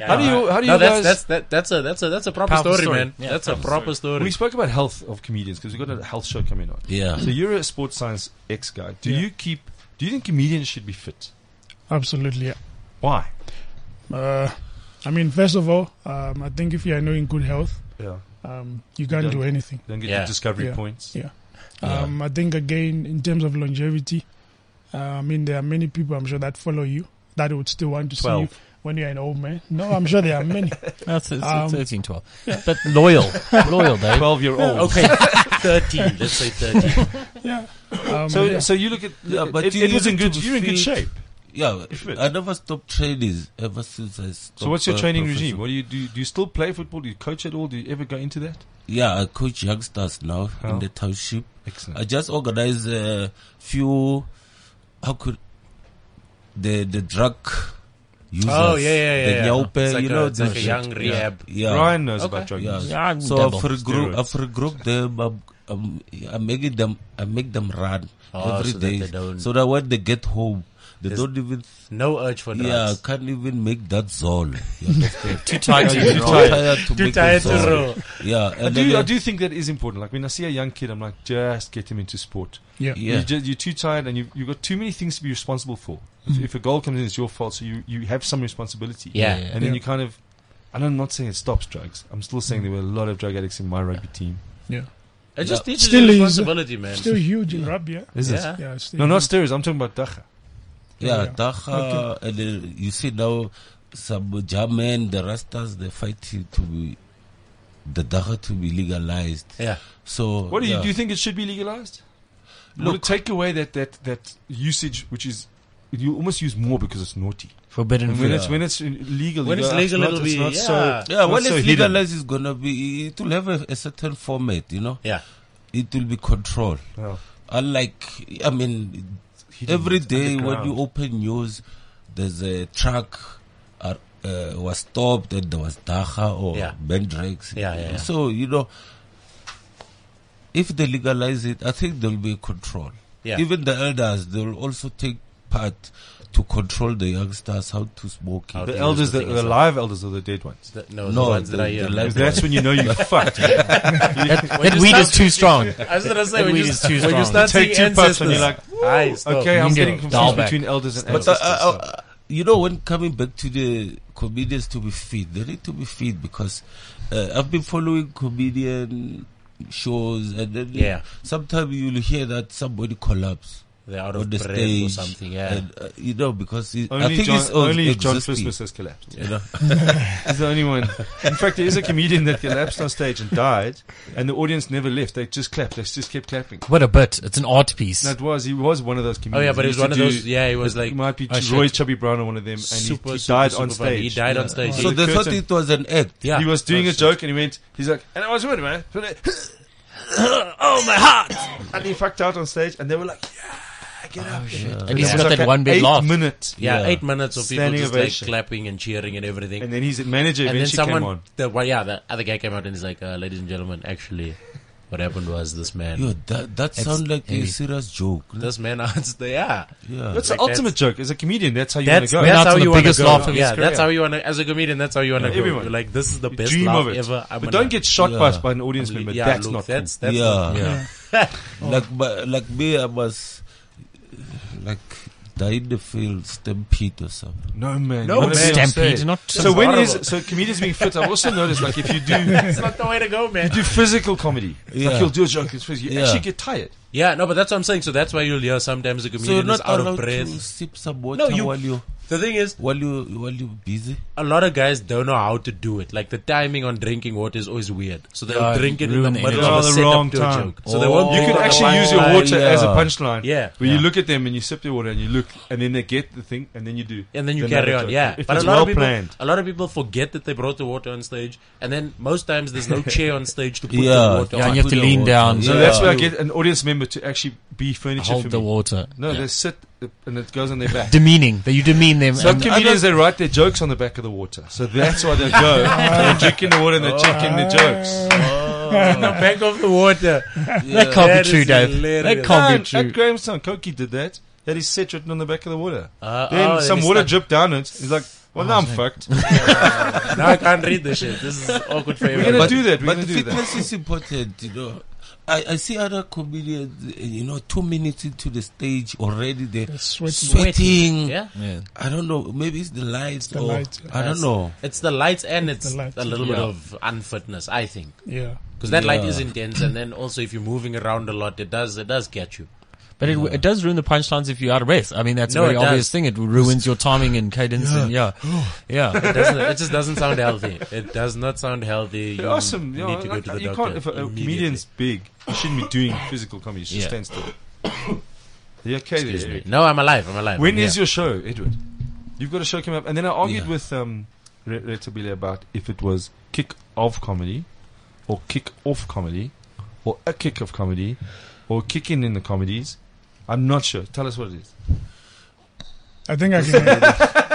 B: How do you? How do you
C: no,
B: guys?
C: that's, that's that, that's a that's a that's a proper
D: Powerful
C: story,
D: story.
C: man.
D: Yeah,
C: that's a proper story. <laughs>
B: we spoke about health of comedians because we've got a health show coming on.
F: Yeah.
B: So you're a sports science ex guy. Do you keep? Do you think comedians should be fit?
E: Absolutely, yeah.
B: Why?
E: Uh, I mean, first of all, um, I think if you are not in good health,
B: Yeah.
E: um, you can't
B: don't-
E: do anything.
B: Don't get
C: Yeah.
B: the discovery
E: Yeah.
B: points.
E: Yeah. Um, I think again, in terms of longevity, uh, I mean, there are many people I'm sure that follow you that would still want to see you
B: Twelve.
E: when you're an old man. No, I'm sure there are many.
D: No, it's, it's,
E: Um,
D: it's 13, 12. But loyal. loyal, Dave.
B: Twelve year old.
C: okay, thirteen. Let's
B: <laughs>
C: say thirteen.
E: yeah. Um,
B: So
E: yeah.
B: so you look at
F: Yeah, but
B: it,
F: you
B: it was
F: need
B: in good
F: to
B: you're in good
F: feed-
B: shape.
F: Yeah,
B: Fit.
F: I never stopped training ever since I stopped.
B: So what's your
F: uh,
B: training
F: professional-
B: regime? What do you do? Do you still play football? Do you coach at all? Do you ever go into that?
F: Yeah, I coach youngsters now
B: Oh.
F: in the township.
B: Excellent.
F: I just organize a few. How could the the drug users?
C: oh yeah, yeah, yeah.
F: The
C: yeah.
F: Nyaupe,
C: It's like
F: you
C: a-
F: know,
C: it's
F: the
C: like a
F: shit.
C: young rehab.
F: yeah.
B: Ryan knows
C: Okay.
B: about drugs.
F: Yeah.
D: Yeah, I'm
F: so uh,
D: double.
F: I've regrouped, I've
B: Steroids.
F: regrouped them. I'm, I'm, I'm making them. I make them run
C: Oh,
F: every
C: so that
F: day,
C: they don't-
F: so that when they get home, they don't even.
C: No urge for drugs.
F: Yeah, can't even make that zone.
C: <laughs>
F: You understand?
D: Too tight.
B: You're
F: Too
B: tired.
F: tired to
C: Too
F: make
C: tired
F: the
C: to
F: zone.
C: roll.
F: Yeah,
B: I
F: and then,
B: do, I
F: uh,
B: do think that is important. Like when I see a young kid, I'm like, just get him into sport.
E: yeah.
F: Yeah,
B: You ju- you're too tired and you, you've got too many things to be responsible for. If- If a goal comes in, it's your fault, so you, you have some responsibility.
C: Yeah.
B: And then
E: Yeah.
B: you kind of, and I'm not saying it stops drugs. I'm still saying there were a lot of drug addicts in my rugby team.
C: It just
F: Yeah.
C: teaches
E: Still
C: you
E: is-
C: responsibility, man.
E: Still huge in rugby, yeah.
B: Is
C: yeah.
B: it?
E: Yeah, it's still
B: No, not
E: huge.
B: steroids. I'm talking about dacha.
F: yeah,
E: Yeah.
F: Dacha, and then you see now some German, the Rastas, they fighting to be the Dacha to be legalized.
C: Yeah.
F: So
B: What do you
F: yeah.
B: do? You think it should be legalized? Will
F: Look-
B: it take away that that that usage, which is you almost use more because it's naughty.
D: Forbidden
B: And when
D: food.
B: it's when it's legal,
C: When
B: you
C: it's
B: go, "Ah,
C: legal,
B: not-
C: it'll
B: it's
C: be-
B: not so.
C: yeah.
F: Yeah,
B: not
F: when
B: so
F: it's
B: hidden.
F: legalized, it's gonna be it will have a, a certain format, you know.
C: Yeah.
F: It will be controlled.
B: Yeah.
F: Unlike, I mean,
B: Hidden,
F: every
B: it's
F: day when
B: underground.
F: you open news, there's a truck uh, uh, was stopped and there was dacha or
C: Yeah.
F: mandrakes.
C: Yeah, yeah, yeah.
F: So you know, if they legalize it, I think there will be control.
C: Yeah.
F: Even the elders, they will also take part to control the youngsters how to smoke.
C: How
F: it.
C: to
B: The
C: use
B: elders,
C: the
B: the,
C: thing
B: the
C: as a-
B: live elders or the dead ones?
C: The- no,
F: No,
C: the ones
F: the-
C: that I hear.
F: the live-
B: That's when you know
C: <laughs>
B: you fucked.
C: When
D: That
C: you
D: weed
C: start-
D: is too strong.
C: I was gonna say
D: That
C: when
D: weed
C: you,
D: is
C: when
D: too
C: you
D: strong.
C: start
B: Take
C: seeing
B: two puffs and you're
C: ancestors- Aye, stop.
B: Okay, I'm
D: Ninja.
B: getting
D: Dial
B: confused
D: back.
B: between elders and
F: But uh,
B: ancestors.
F: uh, uh, you know, when coming back to the comedians to be fit, they need to be fit because uh, I've been following comedian shows, and then
C: Yeah.
F: sometimes you'll hear that somebody collapse
C: They're out
F: on
C: of
F: the
C: breath
F: stage
C: or something. Yeah.
F: and, uh, you know, because it, I
B: only
F: think
B: John,
F: it's all
B: only John
F: existing,
B: Christmas has collapsed.
F: You
B: <laughs>
F: know?
C: <laughs>
B: He's the only one. In fact, there is a comedian that collapsed on stage and died, and the audience never left. They just clapped. They just kept clapping.
D: What a bit. It's an art piece.
B: That was he was one of those
C: oh
B: comedians.
C: yeah, but
B: He
C: it was
B: used
C: one of
B: to
C: those.
B: do-
C: Yeah, it was like
B: it might be
D: Oh, shit.
B: Roy Chubby Brown or one of them, and he-
C: super,
B: he,
C: super,
B: died
C: super
B: on
C: funny.
B: stage.
C: He died on stage.
F: so
C: He-
F: they thought
B: curtain.
F: it was an act.
C: yeah,
B: He was doing
C: Oh,
B: a
C: shit.
B: joke, and he went. He's like, and I was with man, oh my <laughs> heart! Oh, and he fucked out on stage, and they were like, yeah, get up.
D: At
B: It
D: least
B: was
D: you got
B: like
D: that
B: an
D: one big
B: eight
D: laugh.
B: minute,
C: Yeah,
F: Yeah.
C: eight minutes of people
B: Standing
C: just
B: ovation.
C: like clapping and cheering and everything.
B: and then his manager
C: and then
B: eventually
C: someone,
B: came on.
C: the well, yeah, the other guy came out and he's like, uh, "Ladies and gentlemen, actually, what happened was this man,
F: Yo, that that sounds like a
D: heavy.
F: serious joke.
C: this man <laughs> answered the yeah."
F: Yeah.
B: That's
C: Like
B: the ultimate
C: that's-
B: joke. As a comedian, that's how you want
C: That's,
B: to go.
D: Went out
C: that's how
D: on the
C: you want
D: biggest
C: to go.
D: laugh of his
C: yeah, that's
D: career.
C: how you want to, as a comedian, that's how you want to go.
B: everyone.
C: You're like, this is the
B: You
C: best
B: dream
C: laugh
B: of it.
C: ever. I'm
B: but
C: gonna-
B: don't get shot by,
F: Yeah.
B: by an audience
C: I'm
B: member.
C: li- yeah,
B: that's
C: look,
B: not cool.
C: that's, that's
F: yeah.
C: not-
E: Yeah.
B: Oh.
F: like my, like me, I must like die in the field stampede or something.
B: No man.
C: No,
B: you wanna
C: man.
B: be on
D: Stampede,
B: stage.
D: not
B: So when
C: horrible.
B: is so comedians being fit? I've also noticed like if you do
C: That's not the way to go, man.
B: do physical comedy,
F: Yeah.
B: like you'll do a joke, it's physical, you
F: Yeah.
B: actually get tired.
C: Yeah, no, but that's what I'm saying. So that's why you'll hear sometimes a
F: So you're
C: comedian is
F: not
C: out
F: allowed
C: of
F: to
C: breath.
F: sip some water
C: No, you-
F: while you
C: The thing is,
F: while you while you busy.
C: a lot of guys don't know how to do it. Like the timing on drinking water is always weird. So they'll
D: Yeah,
C: drink it in the
D: ruin the
C: middle
B: energy.
C: of a
B: Oh, the
C: setup
B: wrong
C: to
B: time.
C: a joke. So they won't.
B: you
C: do
B: can
C: the
B: actually
C: one
B: use your
C: line.
B: water as a
F: yeah.
B: punchline.
C: Yeah.
B: Where
F: Yeah.
B: you look at them and you sip their water and you look and then they get the thing and then you do.
C: and then you
B: the
C: carry
B: another
C: on.
B: joke.
C: Yeah,
B: If
C: but
B: it's
C: a lot
B: well
C: of people,
B: planned.
C: a lot of people forget that they brought the water on stage, and then most times there's no chair on stage to put
F: Yeah.
C: the water.
D: Yeah,
C: on.
D: and you have to
F: Put the
D: lean
F: water.
D: down.
B: So
F: Yeah.
B: that's where I get an audience member to actually be furniture for
D: Hold the
B: me.
D: water.
B: No,
D: Yeah.
B: they sit uh, and it goes on their
C: <laughs>
B: back.
D: Demeaning. That you demean them.
B: Some
D: and-
B: comedians they write their jokes on the back of the water, so that's why they
C: <laughs>
B: go. they're drinking the water and they're checking their jokes.
C: the back of the water.
D: that can't
C: That
D: be true,
C: is
D: Dave. That
C: hilarious.
D: can't be
B: Man,
D: true.
B: At Grahamstown, Cokie did that. That is set written on the back of the water.
C: Uh,
B: then
C: oh,
B: some
C: it's
B: water
C: like, Oh,
B: dripped down it. He's like, well, now I'm fucked. We're
C: Now I can't read this shit. This is
B: <laughs>
C: awkward for
B: going to
C: everyone.
B: do that. We're
F: but
B: going to do that.
F: fitness is important, you know. I, I see other comedians, uh, you know, two minutes into the stage already they're Oh.
E: sweating.
F: sweating.
C: Yeah,
D: Yeah.
F: I don't know. Maybe it's the lights
E: the
F: or
E: lights, yeah.
F: I don't know.
C: it's the lights and it's
E: the lights.
C: a little bit
D: Yeah.
C: of unfitness, I think,
E: Yeah.
C: because that light
F: Yeah.
C: is intense, and then also if you're moving around a lot, it does it does
B: <laughs>
C: catch you.
D: But it, it does ruin the punchlines if you're out of breath. I mean, that's
C: No,
D: a very
C: it does.
D: obvious thing. It ruins your timing and cadence and yeah. Yeah.
C: It, doesn't, it just doesn't sound healthy. It does not sound healthy. You
B: There are some. You,
C: need
B: know,
C: to go
B: like,
C: to the
B: you
C: doctor.
B: can't. If a, a
C: immediately.
B: comedian's big, you shouldn't be doing physical comedy. You should
D: Yeah.
B: stand still. Are you okay
C: Excuse
B: there,
C: me.
B: Eric?
C: No, I'm alive. I'm alive.
B: When
C: I'm
B: is
C: here.
B: your show, Edward? You've got a show coming up. And then I argued
F: Yeah.
B: with um, Re- Retabile about if it was kick of comedy, or kick off comedy, or a kick of comedy, or kicking in the comedies. I'm not sure. Tell us what it is.
E: I think I can.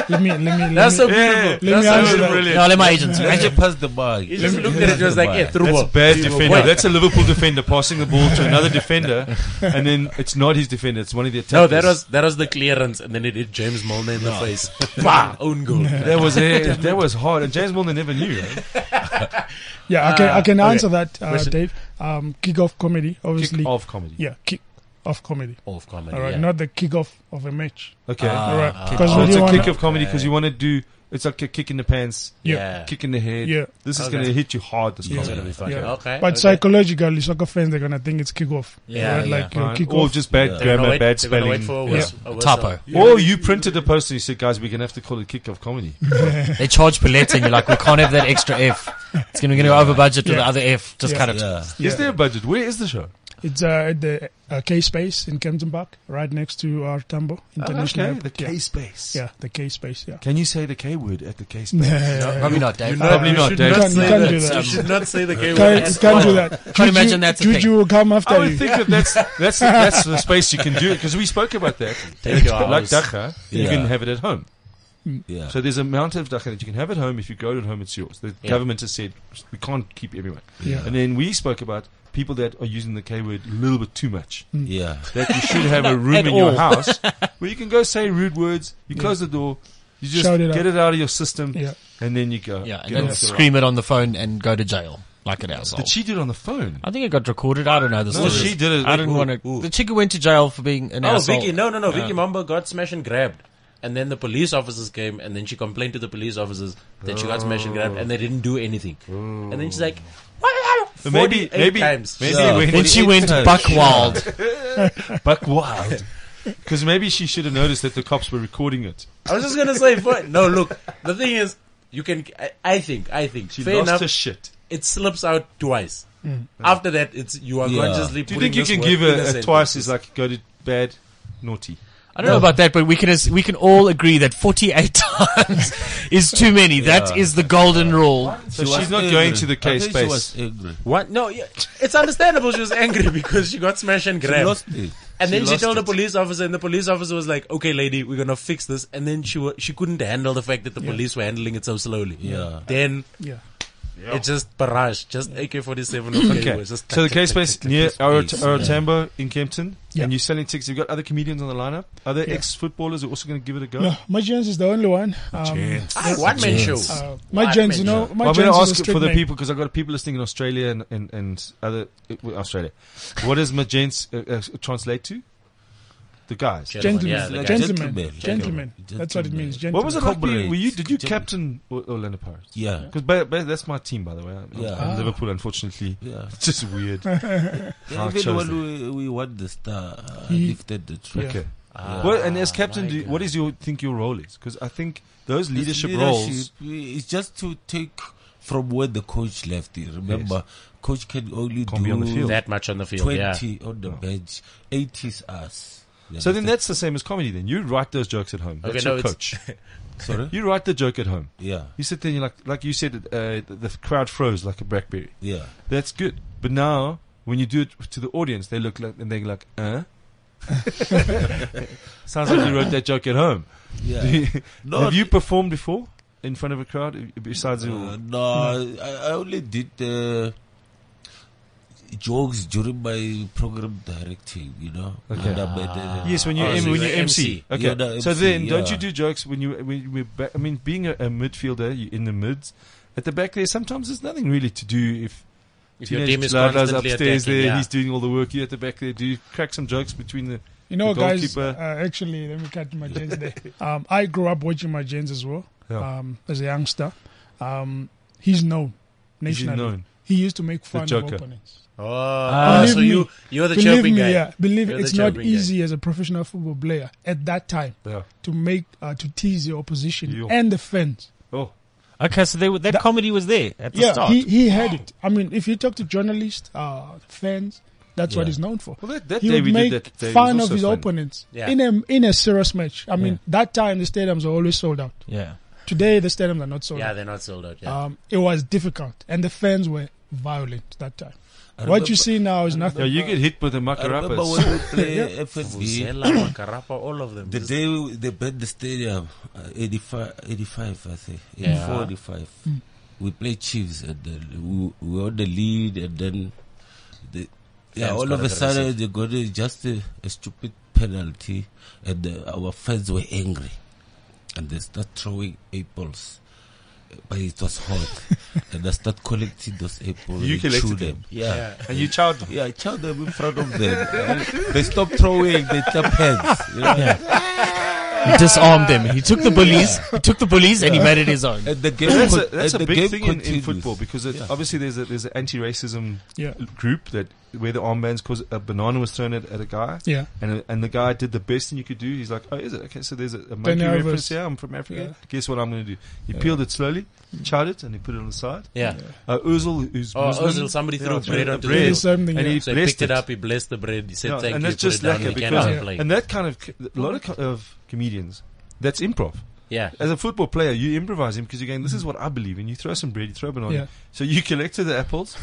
E: let me, let me, let
C: That's
B: <laughs>
E: me.
C: so beautiful.
E: Let me
B: That
E: answer
B: was
E: that.
B: brilliant.
D: No, let my agents.
F: I just passed the bag.
C: He just looked at it. It was like, yeah, through
B: That's a
C: ball.
B: bad
C: Through ball.
B: defender. That's a Liverpool defender passing the ball to another defender, and then it's not his defender. It's one of the attackers.
C: No, that was that was the clearance, and then it hit James Milner in the face.
E: <laughs>
C: bah, own goal.
B: that was eh, that was hard. And James Milner never knew. eh?
E: Yeah, I can, I can
C: Ah,
E: answer that, uh,
C: Question.
E: Dave. Um, kick off comedy, obviously.
B: Kick off comedy.
E: Yeah, kick off comedy.
C: Off comedy.
E: All right,
C: yeah.
E: not the kick off of a match.
B: Okay.
E: All right,
D: Ah, kick
E: because
B: so
E: we
B: it's
E: don't
B: a
E: want.
B: kick of comedy because you want to do. It's like a kick in the pants,
E: yeah.
C: yeah.
B: kick in the head.
E: Yeah.
B: This is
C: Okay.
B: going to hit you hard. This
E: Yeah.
C: It's
B: comedy.
C: gonna be fucking
E: Yeah.
C: okay.
E: But
C: okay.
E: psychologically, soccer fans they're gonna think it's kick off.
D: Yeah,
E: right?
D: yeah.
E: like your
B: Right?
E: kick
B: Or
E: off.
B: just bad
C: They're
B: grammar,
C: gonna wait,
B: bad
C: they're gonna
B: spelling.
C: Wait for a
E: Yeah.
C: whistle, a whistle.
D: Tapo.
B: Or you printed a poster and you said, "Guys, we're going to have to call it kick of comedy."
D: They charge Paletta and you're like, we can't have that extra F. It's going to go over budget with
E: Yeah.
D: the other F. Just
E: <laughs> Yeah.
D: cut it.
F: Yeah.
B: Is there a budget? Where is the show?
E: It's uh, at the uh, K Space in Kempton Park, right next to our Tambo International.
B: Okay, the
E: Airport.
B: K space.
E: Yeah, yeah, the K Space. Yeah.
B: Can you say the K word at the K
E: <laughs>
B: space?
E: Nah,
D: Probably not, Dave.
C: You know-
B: Probably
C: you
B: not,
C: should
B: Dave.
E: You can't- you
C: say
E: can't do that.
C: You should not say the game.
E: Can't, you can't do that. Juju,
D: imagine that's a
E: Juju
D: thing.
E: will come after
B: I would
E: you.
B: think that
E: <laughs>
B: that's that's the, that's the space you can do it because we spoke about that.
C: Take your
B: like
C: hours.
B: dacha, you
F: Yeah.
B: can have it at home.
F: Yeah.
B: So there's a mountain of dacha that you can have at home. If you go to home, it's yours. The government has said we can't keep everyone.
E: Yeah.
B: And then we spoke about people that are using the K word a little bit too much.
F: Yeah.
B: That you
D: <laughs>
B: should have a room
D: At
B: in your
D: all. <laughs>
B: house where you can go say rude words. You close the door. You just
E: Shout it
B: get
E: out.
B: it out of your system,
E: Yeah.
B: and then you go.
D: Yeah, and
B: get
D: then
B: off the
D: scream it on the phone and go to jail like an asshole.
B: ride. Did she do it on the phone?
D: I think it got recorded. I don't know the
B: No,
D: story.
B: she did it.
D: I didn't
B: Ooh,
D: want to. The chick who went to jail for being an
C: Oh,
D: asshole.
C: Vicky, no, no, no. Vicky Mambo got smashed and grabbed. And then the police officers came and then she complained to the police officers that she got smashed and grabbed and they didn't do anything. And then she's like, what?
B: But maybe,
C: 48
B: maybe,
C: times.
B: maybe
F: Yeah.
B: when,
D: Then she
B: <laughs>
D: went buck wild.
B: buck <laughs> wild. Because maybe she should have noticed that the cops were recording it.
C: I was just gonna say, <laughs> fu- no, look, the thing is, you can. I, I think, I think,
B: She
C: fair
B: lost
C: enough.
B: her shit.
C: it slips out twice. After that, it's you are
F: Yeah.
C: consciously.
B: Hmm. Do you
C: putting
B: think you
C: this
B: can
C: word
B: give
C: in
B: her a
C: sentence.
B: twice is like go to bed, naughty?
D: I don't know about that, but we can as- we can all agree that 48 <laughs> times is too many. That is the golden rule.
B: So
F: She
B: she's
F: was
B: not
F: angry.
B: going to the
F: I
B: K
F: think She was
B: space.
F: angry.
C: What? No, yeah, it's understandable. she was angry <laughs> because she got smashed and
F: She
C: grabbed.
F: lost it.
C: and then she
F: lost
C: told
F: it.
C: the police officer, and the police officer was like, "Okay, lady, we're gonna fix this." And then she wa- she couldn't handle the fact that the police were handling it so slowly.
F: Yeah.
C: Then
E: Yeah.
C: it just barrage, just AK forty seven. Okay.
B: Okay.
C: was Just
B: So the K space near
F: K-Space, yeah.
B: Aratambo in Kempton,
E: Yeah.
B: and you're selling tickets. You've got other comedians on the lineup. Are there ex footballers who are also going to give it a go?
E: No, my Jones is the only one. Um,
B: Chance.
C: Ah, one man show.
E: uh,
C: One
E: my
C: man
E: Jones, you know,
C: show.
E: my
B: I'm going
E: Jones
B: to
E: is a
B: ask
E: street
B: for the
E: name.
B: people because I've got people listening in Australia and, and, and other uh, well, Australia. What does Magents uh, uh, translate to? The guys.
E: Gentlemen,
C: Yeah, the guy.
E: gentlemen,
F: Gentlemen.
E: gentlemen, That's what it means. Gentlemen.
B: What was it like?
F: Comrades.
B: being- Were you? Did you
F: Comrades.
B: captain O- Orlando Pirates?
F: Yeah.
B: Because ba- ba- that's my team, by the way. I'm-
F: Yeah.
B: I'm Liverpool, unfortunately.
F: Yeah.
B: It's just weird.
F: Yeah,
B: I've
F: even
B: chosen.
F: when we, we won the star, uh,
E: He-
F: lifted the trophy.
B: Okay. well, and as captain, do you, what is your think your role is? Because I think those
F: It's
B: leadership, roles.
F: leadership, uh, It's just to take from where the coach left. it. Remember, coach can only
B: Can't
F: do
B: be on the field.
C: that much on the field. yeah.
F: 20 on the bench, 80 is us. You
B: So then
F: understand?
B: that's the same as comedy. Then you write those jokes at home. That's
C: Okay,
B: your
C: no, it's-
B: coach.
F: Sorry?
B: you write the joke at home.
F: Yeah,
B: You sit there and you're like, like you said, uh, the, the crowd froze like a blackberry.
F: yeah.
B: That's good. But now, when you do it to the audience, they look like and they're like, uh? Sounds like you wrote that joke at home.
F: Yeah. No,
B: Have <laughs> you performed before in front of a crowd besides your
F: Uh, no, I, I only did uh, jokes during my program directing, you know.
B: Okay.
F: And I'm at, uh,
B: Yes, when you
C: Oh, so
B: when
C: you're
B: you
C: an
B: MC.
C: MC.
B: Okay.
F: You're the
B: so
F: MC,
B: then, don't
F: yeah.
B: you do jokes when you when you- we're back? I mean, being a, a midfielder, you in the mids, at the back there. Sometimes there's nothing really to do if.
C: If your
B: teenage
C: team is
B: Lala's
C: constantly
B: upstairs
C: attacking,
B: there,
C: yeah.
B: he's doing all the work. You at the back there, do you crack some jokes between the?
E: You know,
B: the
E: guys, uh,
B: goalkeeper.
E: actually, let me cut my
B: <laughs>
E: jeans there. Um, I grew up watching my jeans as well
B: Yeah.
E: um, as a youngster. Um, he's known
B: Is he
E: nationally.
B: known?
E: He used to make fun of
B: Joker.
E: opponents.
C: Oh, ah,
E: Believe
C: so
E: me.
C: you you're the
E: believe
C: chirping
E: me,
C: guy.
E: yeah, believe
C: You're
E: me,
C: the
E: it's not
C: chirping guy.
E: easy as a professional football player at that time
B: Yeah.
E: to make uh, to tease your opposition
B: Yo.
E: and the fans.
B: Oh,
D: Okay, so they, were- that, comedy was there at the
E: yeah,
D: start.
E: he he had it. I mean, if you talk to journalists, uh, fans, that's what
F: Yeah.
E: he's known for.
B: well, that, that
E: he
B: day
E: would
B: we
E: make
B: did that. Day
E: fun
B: was
E: of
B: also
E: his
B: fun.
E: opponents
C: Yeah.
E: in a in a serious match. I mean, that time the stadiums were always sold out.
D: yeah.
E: Today the stadiums are not sold
C: Yeah,
E: out.
C: they're not sold out. Yeah.
E: Um, it was difficult, and the fans were violent that time.
F: I
E: What
F: remember-
E: you see now is
B: Yeah,
E: nothing.
B: you get hit with a
F: I remember
B: macarapa.
F: when we play FNB.
C: Vuzela, Makarapa, all of them.
F: The
C: Just-
F: day we- they built the stadium, uh, 85, 85, I think, 84,
C: Yeah.
F: 85, we played Chiefs and then we, we were on the lead and then the, yeah,
C: Fans
F: all of
C: got
F: a
C: aggressive.
F: sudden they got a, just a, a stupid penalty and uh, our fans were angry and they start throwing apples. But it was hot, and I start collecting those apples.
B: You
F: and
B: collected
F: chew
B: them?
F: yeah.
B: and you child them.
F: Yeah, I chow them in front of them. And they stop throwing, they tap hands. You know?
D: He disarmed them. He took the bullies. He took the bullies and he made it his own.
F: And the game
B: <laughs> That's a,
F: con-
B: that's a
F: and the
B: big
F: game
B: thing in, in
F: continues.
B: football because it, obviously there's a, there's an anti-racism
E: Yeah.
B: group that where the armbands cause a banana was thrown at, at a guy
E: Yeah.
B: and and the guy did the best thing you could do. He's like, oh, is it okay? So there's a, a monkey
E: Nervous.
B: reference here. I'm from Africa.
E: Yeah. Mm.
B: Guess what I'm going to do? He peeled it slowly, charred it, and he put it on the side.
C: yeah.
B: Uh, Ozil, who's
C: Oh,
B: Muslim,
C: Ozil, somebody
B: yeah,
C: threw
B: threw
C: bread
B: the
C: onto
B: bread.
C: the
E: It's something,
B: and
E: yeah.
B: he
C: So he
B: blessed
C: picked it up, he blessed the bread, he said
B: Yeah,
C: thank
B: and
C: you,
B: that's
C: put
B: just
C: it down,
B: lacquer
C: we
B: because-
C: cannot
E: Yeah.
C: play.
B: And that kind of a lot of, co- of comedians. That's improv.
C: yeah.
B: As a football player, you improvise him because you're going, this is what I believe in. You throw some bread, you throw a banana.
E: Mm. Yeah.
B: So you collected the
C: <laughs>
B: apples.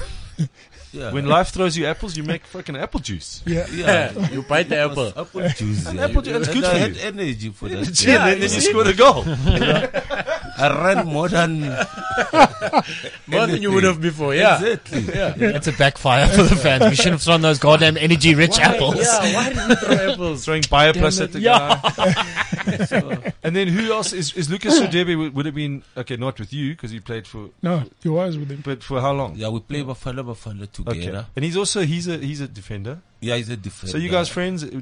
F: Yeah.
B: When life throws you apples, you make fucking apple juice.
E: Yeah.
F: yeah.
C: you bite the apple.
F: Apple juice. yeah.
B: apple juice, it's
F: And
B: good
F: I
B: for <laughs>
F: had
B: you.
F: energy for that.
B: and then,
C: you
B: then you
C: see?
B: scored a goal.
F: I run more than
C: More than you would have before, yeah.
F: exactly.
D: That's a backfire for the fans. We should have thrown those goddamn energy rich apples.
C: Yeah, why did we throw apples?
B: Throwing bioplus
C: Damn
B: at the
C: it,
B: guy. <laughs> So- and then who else is, is
C: <laughs>
B: Lucas Sodebe? Would, would have been okay, not with you because you played for,
E: No, he was with him.
B: but for how long?
F: Yeah, we play Bafana Bafana
B: Okay.
F: together.
B: And he's also he's a he's a defender.
F: Yeah, it's a different.
B: So you guys friends? Uh,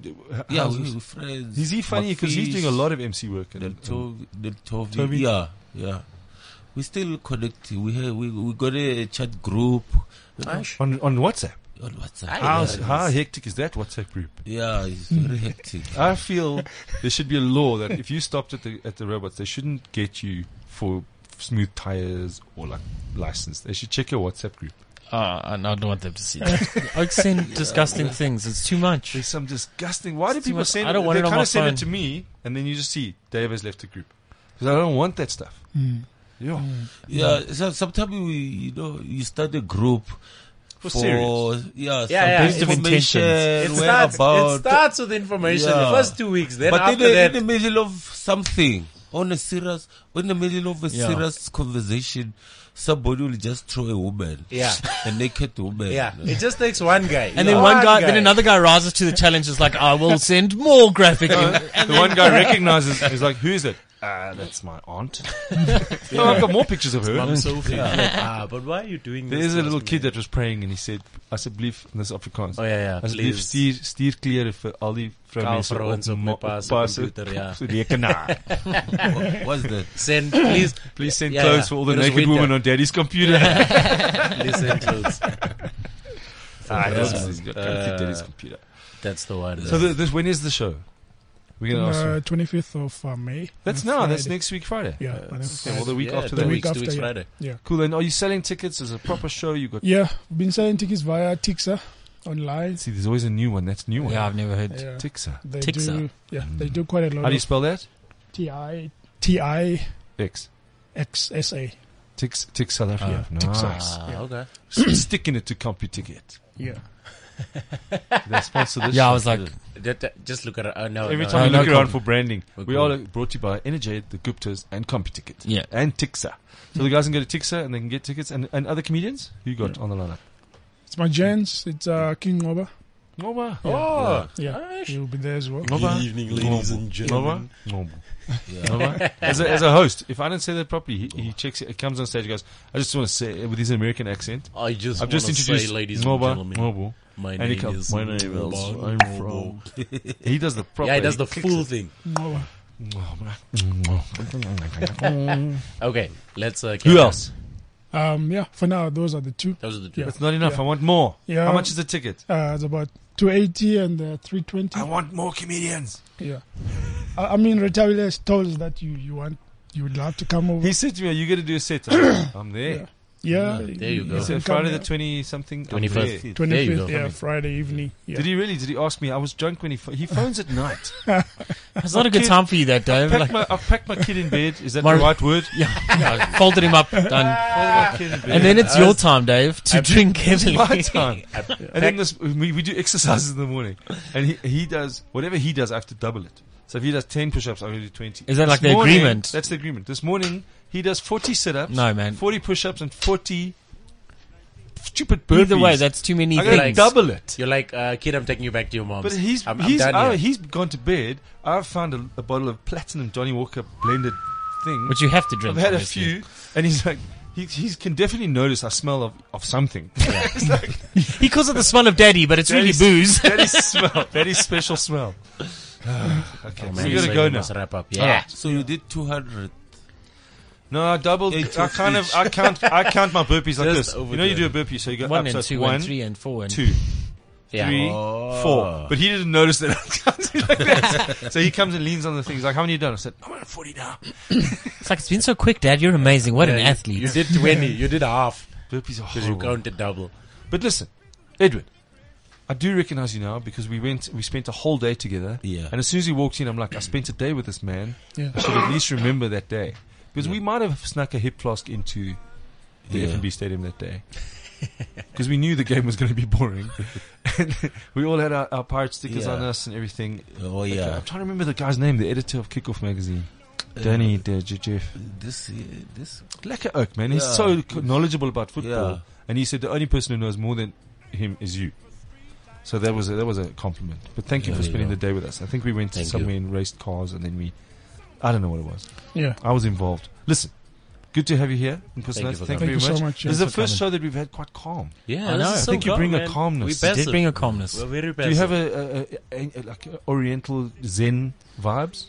F: Yeah,
B: how's
F: we
B: this?
F: were friends.
B: is he funny because he's doing a lot of MC work? and-
F: Del Tovi, Del Tovi.
B: Tovi.
F: Yeah, yeah. We still connect. We have, we we got a chat group you know,
B: on on WhatsApp.
F: on WhatsApp.
B: How
F: Yeah,
B: how hectic is that WhatsApp group?
F: Yeah, it's very hectic.
B: I feel there should be a law that if you stopped at the at the robots, they shouldn't get you for smooth tires or like license. They should check your WhatsApp group.
D: Uh, I don't want them to see <laughs> that. Oaks send disgusting things. It's too much.
B: There's some disgusting. Why do
D: It's too
B: people
D: much-
B: send?
D: I don't want
B: they
D: it on
B: kinda
D: my
B: send
D: phone.
B: it to me, and then you just see Dave has left the group because I don't want that stuff. Yeah,
C: Mm.
F: Yeah, so sometimes we, you know, you start a group
B: for, serious.
F: yeah, some
C: yeah,
F: basic
D: it's-
F: information,
C: It
F: where
C: starts, it
F: about,
C: starts with information
F: Yeah.
C: the first two weeks. Then
F: but in
C: after
F: the,
C: that,
F: in the middle of something, on a serious, in the middle of a
D: Yeah.
F: serious conversation, somebody will just throw a woman,
C: Yeah.
F: <laughs> a naked woman,
C: yeah,
F: you know.
C: it just takes one guy.
D: And then one guy, then another guy rises to the challenge. Is like, I will send more
B: <laughs>
D: graphic. im-
B: the one
C: <laughs>
B: guy recognizes. He's like, "Who is it?" Ah, that's my aunt. <laughs> No, I've got more pictures of her.
C: I'm so Ah, but why are you doing
B: There
C: this?
B: is a
C: to
B: little
C: us,
B: kid that was praying and he said, asseblief, in this Afrikaans.
C: Oh, ja, ja,
B: Asseblief,
C: please.
B: stuur, stuur kleren vir al die vroumense
C: vrouwens op my
B: ma-
C: pa se computer, ja.
B: op sy
C: <laughs>
B: rekenaar.
F: Wha- what's that?
C: man? Send, please,
B: <laughs> Please send
C: Ja,
B: clothes
C: ja.
B: for all the
C: It was
B: naked
C: winter. Ah,
B: women on daddy's
C: <laughs>
B: computer. <laughs>
C: please send clothes.
B: ah, that's,
C: Yeah.
B: he's got clothes on daddy's
C: Uh,
B: computer.
C: That's the one.
B: So the, this, when is the show? We're going to ask
E: Uh,
B: you.
E: 25th of uh, May.
B: That's
E: on
B: now, that's
E: Friday.
B: next week Friday.
E: Yeah, on a
B: Okay, well, the week
C: Yeah,
B: after
C: two
B: that.
C: weeks,
E: week
C: two
E: after,
C: weeks
E: yeah.
C: Friday.
B: Cool, and are you selling tickets as a proper show? You got,
E: Yeah, we've been selling tickets via Tixa online.
B: see, there's always a new one. That's a new one.
D: Yeah, I've never heard.
E: Yeah,
B: Tixa.
E: they
D: Tixa.
E: do. Yeah, they do quite a lot.
B: Mm. How do you
E: of
B: spell that?
E: Ti Ti
B: X.
E: XSA.
B: Tix, Uh, Tix South Africa. nice.
C: Ah, okay.
B: <coughs> Sticking it to CompuTicket.
E: Yeah.
B: They sponsor this
D: Yeah, I
B: show.
D: was like,
C: That- that- just look at uh, no,
B: Oh, Every
C: no,
B: time you
D: no,
B: look
D: no,
B: around for
D: com-
B: branding,
C: We're
B: we
C: cool.
B: are brought to you by Energade, the Guptas, and CompuTicket.
D: Yeah.
B: And Tixa. So the guys can go to Tixa and they can get tickets. And, and other comedians? Who you got on the lineup?
E: It's my gents. It's uh, King Oba.
B: Noba.
C: Oh,
E: Yeah, he'll be there as well.
B: Noba.
G: evening, ladies and
B: Noba.
G: gentlemen.
B: Noba.
C: <laughs>
B: Noba. As a, as a host, if I don't say that properly, he, he checks it, he comes on stage, he goes, I just want to say it with his American accent.
C: I just
B: I've just
C: wanna
B: introduced
C: say, ladies
B: Noba,
C: and gentlemen,
B: Nobo.
C: my
B: and he
C: name
B: come-
C: is
G: My name is.
C: Noba.
G: I'm from.
B: He does the proper. Oh,
C: Yeah, he does the
B: kicks
C: full
B: it.
C: thing.
E: Ngoba.
C: Okay, let's. Uh,
B: Who
C: carry on.
B: else?
E: Um, yeah, for now those are the two.
C: Those are the two.
E: Yeah.
B: That's not enough.
E: Yeah.
B: I want more.
E: Yeah.
B: How much is the ticket?
E: Uh, it's about 280 and uh, 320.
B: I want more comedians.
E: yeah. I, I mean, Retawile has told us that you, you want, you would love to come over.
B: He said to me, Are you going to do a set? I'm
C: <coughs>
B: like, I'm there.
E: Yeah. yeah.
C: There you go.
B: He said
E: can
B: Friday the
E: come,
B: 20 something. I'm
C: 21st.
B: there.
C: There you go.
E: 25th, yeah, Friday evening. Yeah.
B: Did he really? Did he ask me? I was drunk when he pho- he phones at
C: <laughs>
B: night.
D: it's not a good time for you
B: <laughs>
D: that day.
B: Pack
D: Like,
B: my, I've packed my kid in bed. Is that
D: My-
B: the right
C: <laughs>
B: word?
D: yeah, yeah, folded him up, done.
B: Packed my kid in bed.
D: And then it's your time, Dave, to drink heavily.
B: my time. And then this, we, we do exercises in the morning, and he, he does whatever he does. I have to double it. So if he does ten push-ups, I'm going to do twenty.
D: Is that
B: This
D: like the
B: morning-
D: agreement?
B: That's the agreement. This morning he does forty sit-ups.
D: No, man.
B: Forty push-ups and forty stupid burpees.
D: Either way, that's too many
B: I'm going to
C: Like-
D: things.
B: double it.
C: You're like, uh, kid, I'm taking you back to your mom's.
B: But he's
C: I'm, I'm
B: he's
C: done
B: oh,
C: here.
B: he's gone to bed. I've found a, a bottle of platinum Johnny Walker blended thing.
D: Which you have to drink.
B: I've had a
D: obviously.
B: few, and he's like, he he can definitely notice I smell of, of
D: <laughs>
B: something. It's like,
D: He calls it the smell of daddy, but it's really
B: Daddy's- <laughs>
D: booze.
B: that is smell. That is special smell. okay, so
C: Oh, man,
B: we gotta
C: so
B: go
C: you
B: now. Ah,
C: must wrap up.
B: All
C: Yeah.
B: right.
F: So you did 200.
B: No, I doubled.
F: Eight
B: I
F: of
B: kind of
F: each.
B: I count I count my burpees like this.
C: Just
B: You know, you do a burpee, so you go
D: One
B: up,
D: and
B: so
D: two
B: one,
D: and three and four and
B: two,
C: Yeah.
B: three,
F: Oh.
B: four. But he didn't notice that <laughs> I counted like that. so he comes and leans on the thing. He's like, "How many you done?" I said, "I'm on forty now."
D: It's like it's been so quick, Dad. You're amazing. What an
C: Yeah, you-
D: athlete.
C: You did 20. You did half.
B: Burpees are
C: Because you
B: horrible.
C: counted double.
B: But listen, Edward, I do recognize you now because we went, we spent a whole day together.
F: Yeah.
B: And as soon as he walked in, I'm like, I spent a day with this man.
E: Yeah.
B: I should at least remember that day because we might have snuck a hip flask into the
F: Yeah.
B: F&B stadium that
F: <laughs>
B: day because we knew the game was going to be boring. and we all had our, our pirate stickers
F: Yeah.
B: on us and everything.
F: Oh,
B: Okay,
F: yeah. Uh,
B: I'm trying to remember the guy's name, the editor of Kickoff magazine. Danny uh, there, JJF.
F: This year, this
B: Lekker ook, man. He's
F: Yeah.
B: so c- knowledgeable about football.
F: Yeah.
B: And he said the only person who knows more than him is you. So that was a, that was a compliment. But thank you
F: Yeah,
B: for spending
F: yeah.
B: the day with us. I think we went
F: Thank
B: somewhere and raced cars, and then we, I don't know what it was.
E: Yeah.
B: I was involved. Listen, good to have you here. In person.
C: Thank you for
B: thank
E: coming.
B: you very
E: Thank
B: much.
E: you so much, yeah.
B: This is the
E: Thanks
D: for
B: first show
D: coming.
B: that we've had quite calm.
C: Yeah,
D: I
C: this is
D: know. I
C: so
B: think you
C: calm,
B: bring a
C: man.
B: calmness.
C: We
D: Did
C: passive.
D: bring a calmness.
C: We're very
B: Do
C: passive.
B: you have a, a, a, a like uh, Oriental Zen vibes?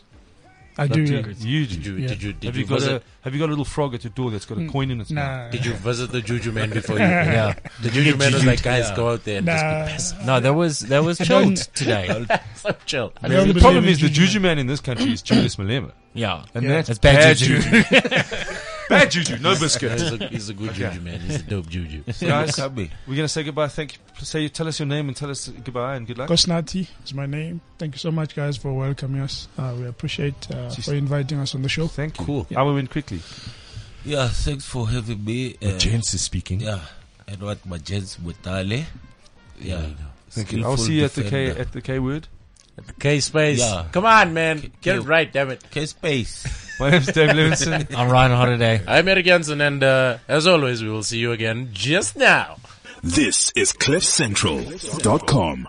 E: I
B: Like
E: do.
B: you-
E: Yeah.
B: You
C: Did
B: do.
C: you?
E: Yeah.
C: Did you? Did
B: Have
C: you,
B: you got a
C: visit?
B: Have you got a little frog at your door that's got a
E: Mm.
B: coin in its mouth?
E: Nah.
C: did you visit the Juju <laughs> man before you?
D: Yeah.
C: The Juju man was like, guys,
F: Yeah.
C: go out there and just
E: Nah.
D: No, that was that <laughs> was chilled today.
C: be so chill.
E: I don't
B: The
E: believe
B: problem
E: in
B: is the
E: juju.
B: juju man in this country is Julius Malema,
D: Yeah.
B: and
E: Yeah.
B: that's
D: That's bad
B: juju.
D: juju. <laughs>
B: bad juju, no
C: Yeah,
B: biscuit.
C: he's, a, he's a good Juju man. He's a dope <laughs> Juju.
B: Guys,
F: Kabe.
B: we're gonna say goodbye. Thank you. Say, tell us your name and tell us goodbye and good luck.
E: Kosnati is my name. Thank you so much, guys, for welcoming us. Uh, we appreciate uh,
B: Jeez.
E: for inviting us on the show.
B: Thank you.
F: Cool.
B: I will win quickly.
F: Yeah, thanks for having me. Uh,
B: is speaking.
F: Yeah, and what my gents Mutale. Yeah,
B: Thank you. I'll
F: skillful
B: see you at the K
F: defender.
B: at the K word.
C: K Space.
F: Yeah.
C: Come on, man. Get
F: K-
C: it right, damn it.
F: K Space.
B: My name's Dave Levinson.
D: I'm Ryan Holiday.
C: I'm Eric Jensen, and uh, as always, we will see you again just now.
A: This is CliffCentral.com.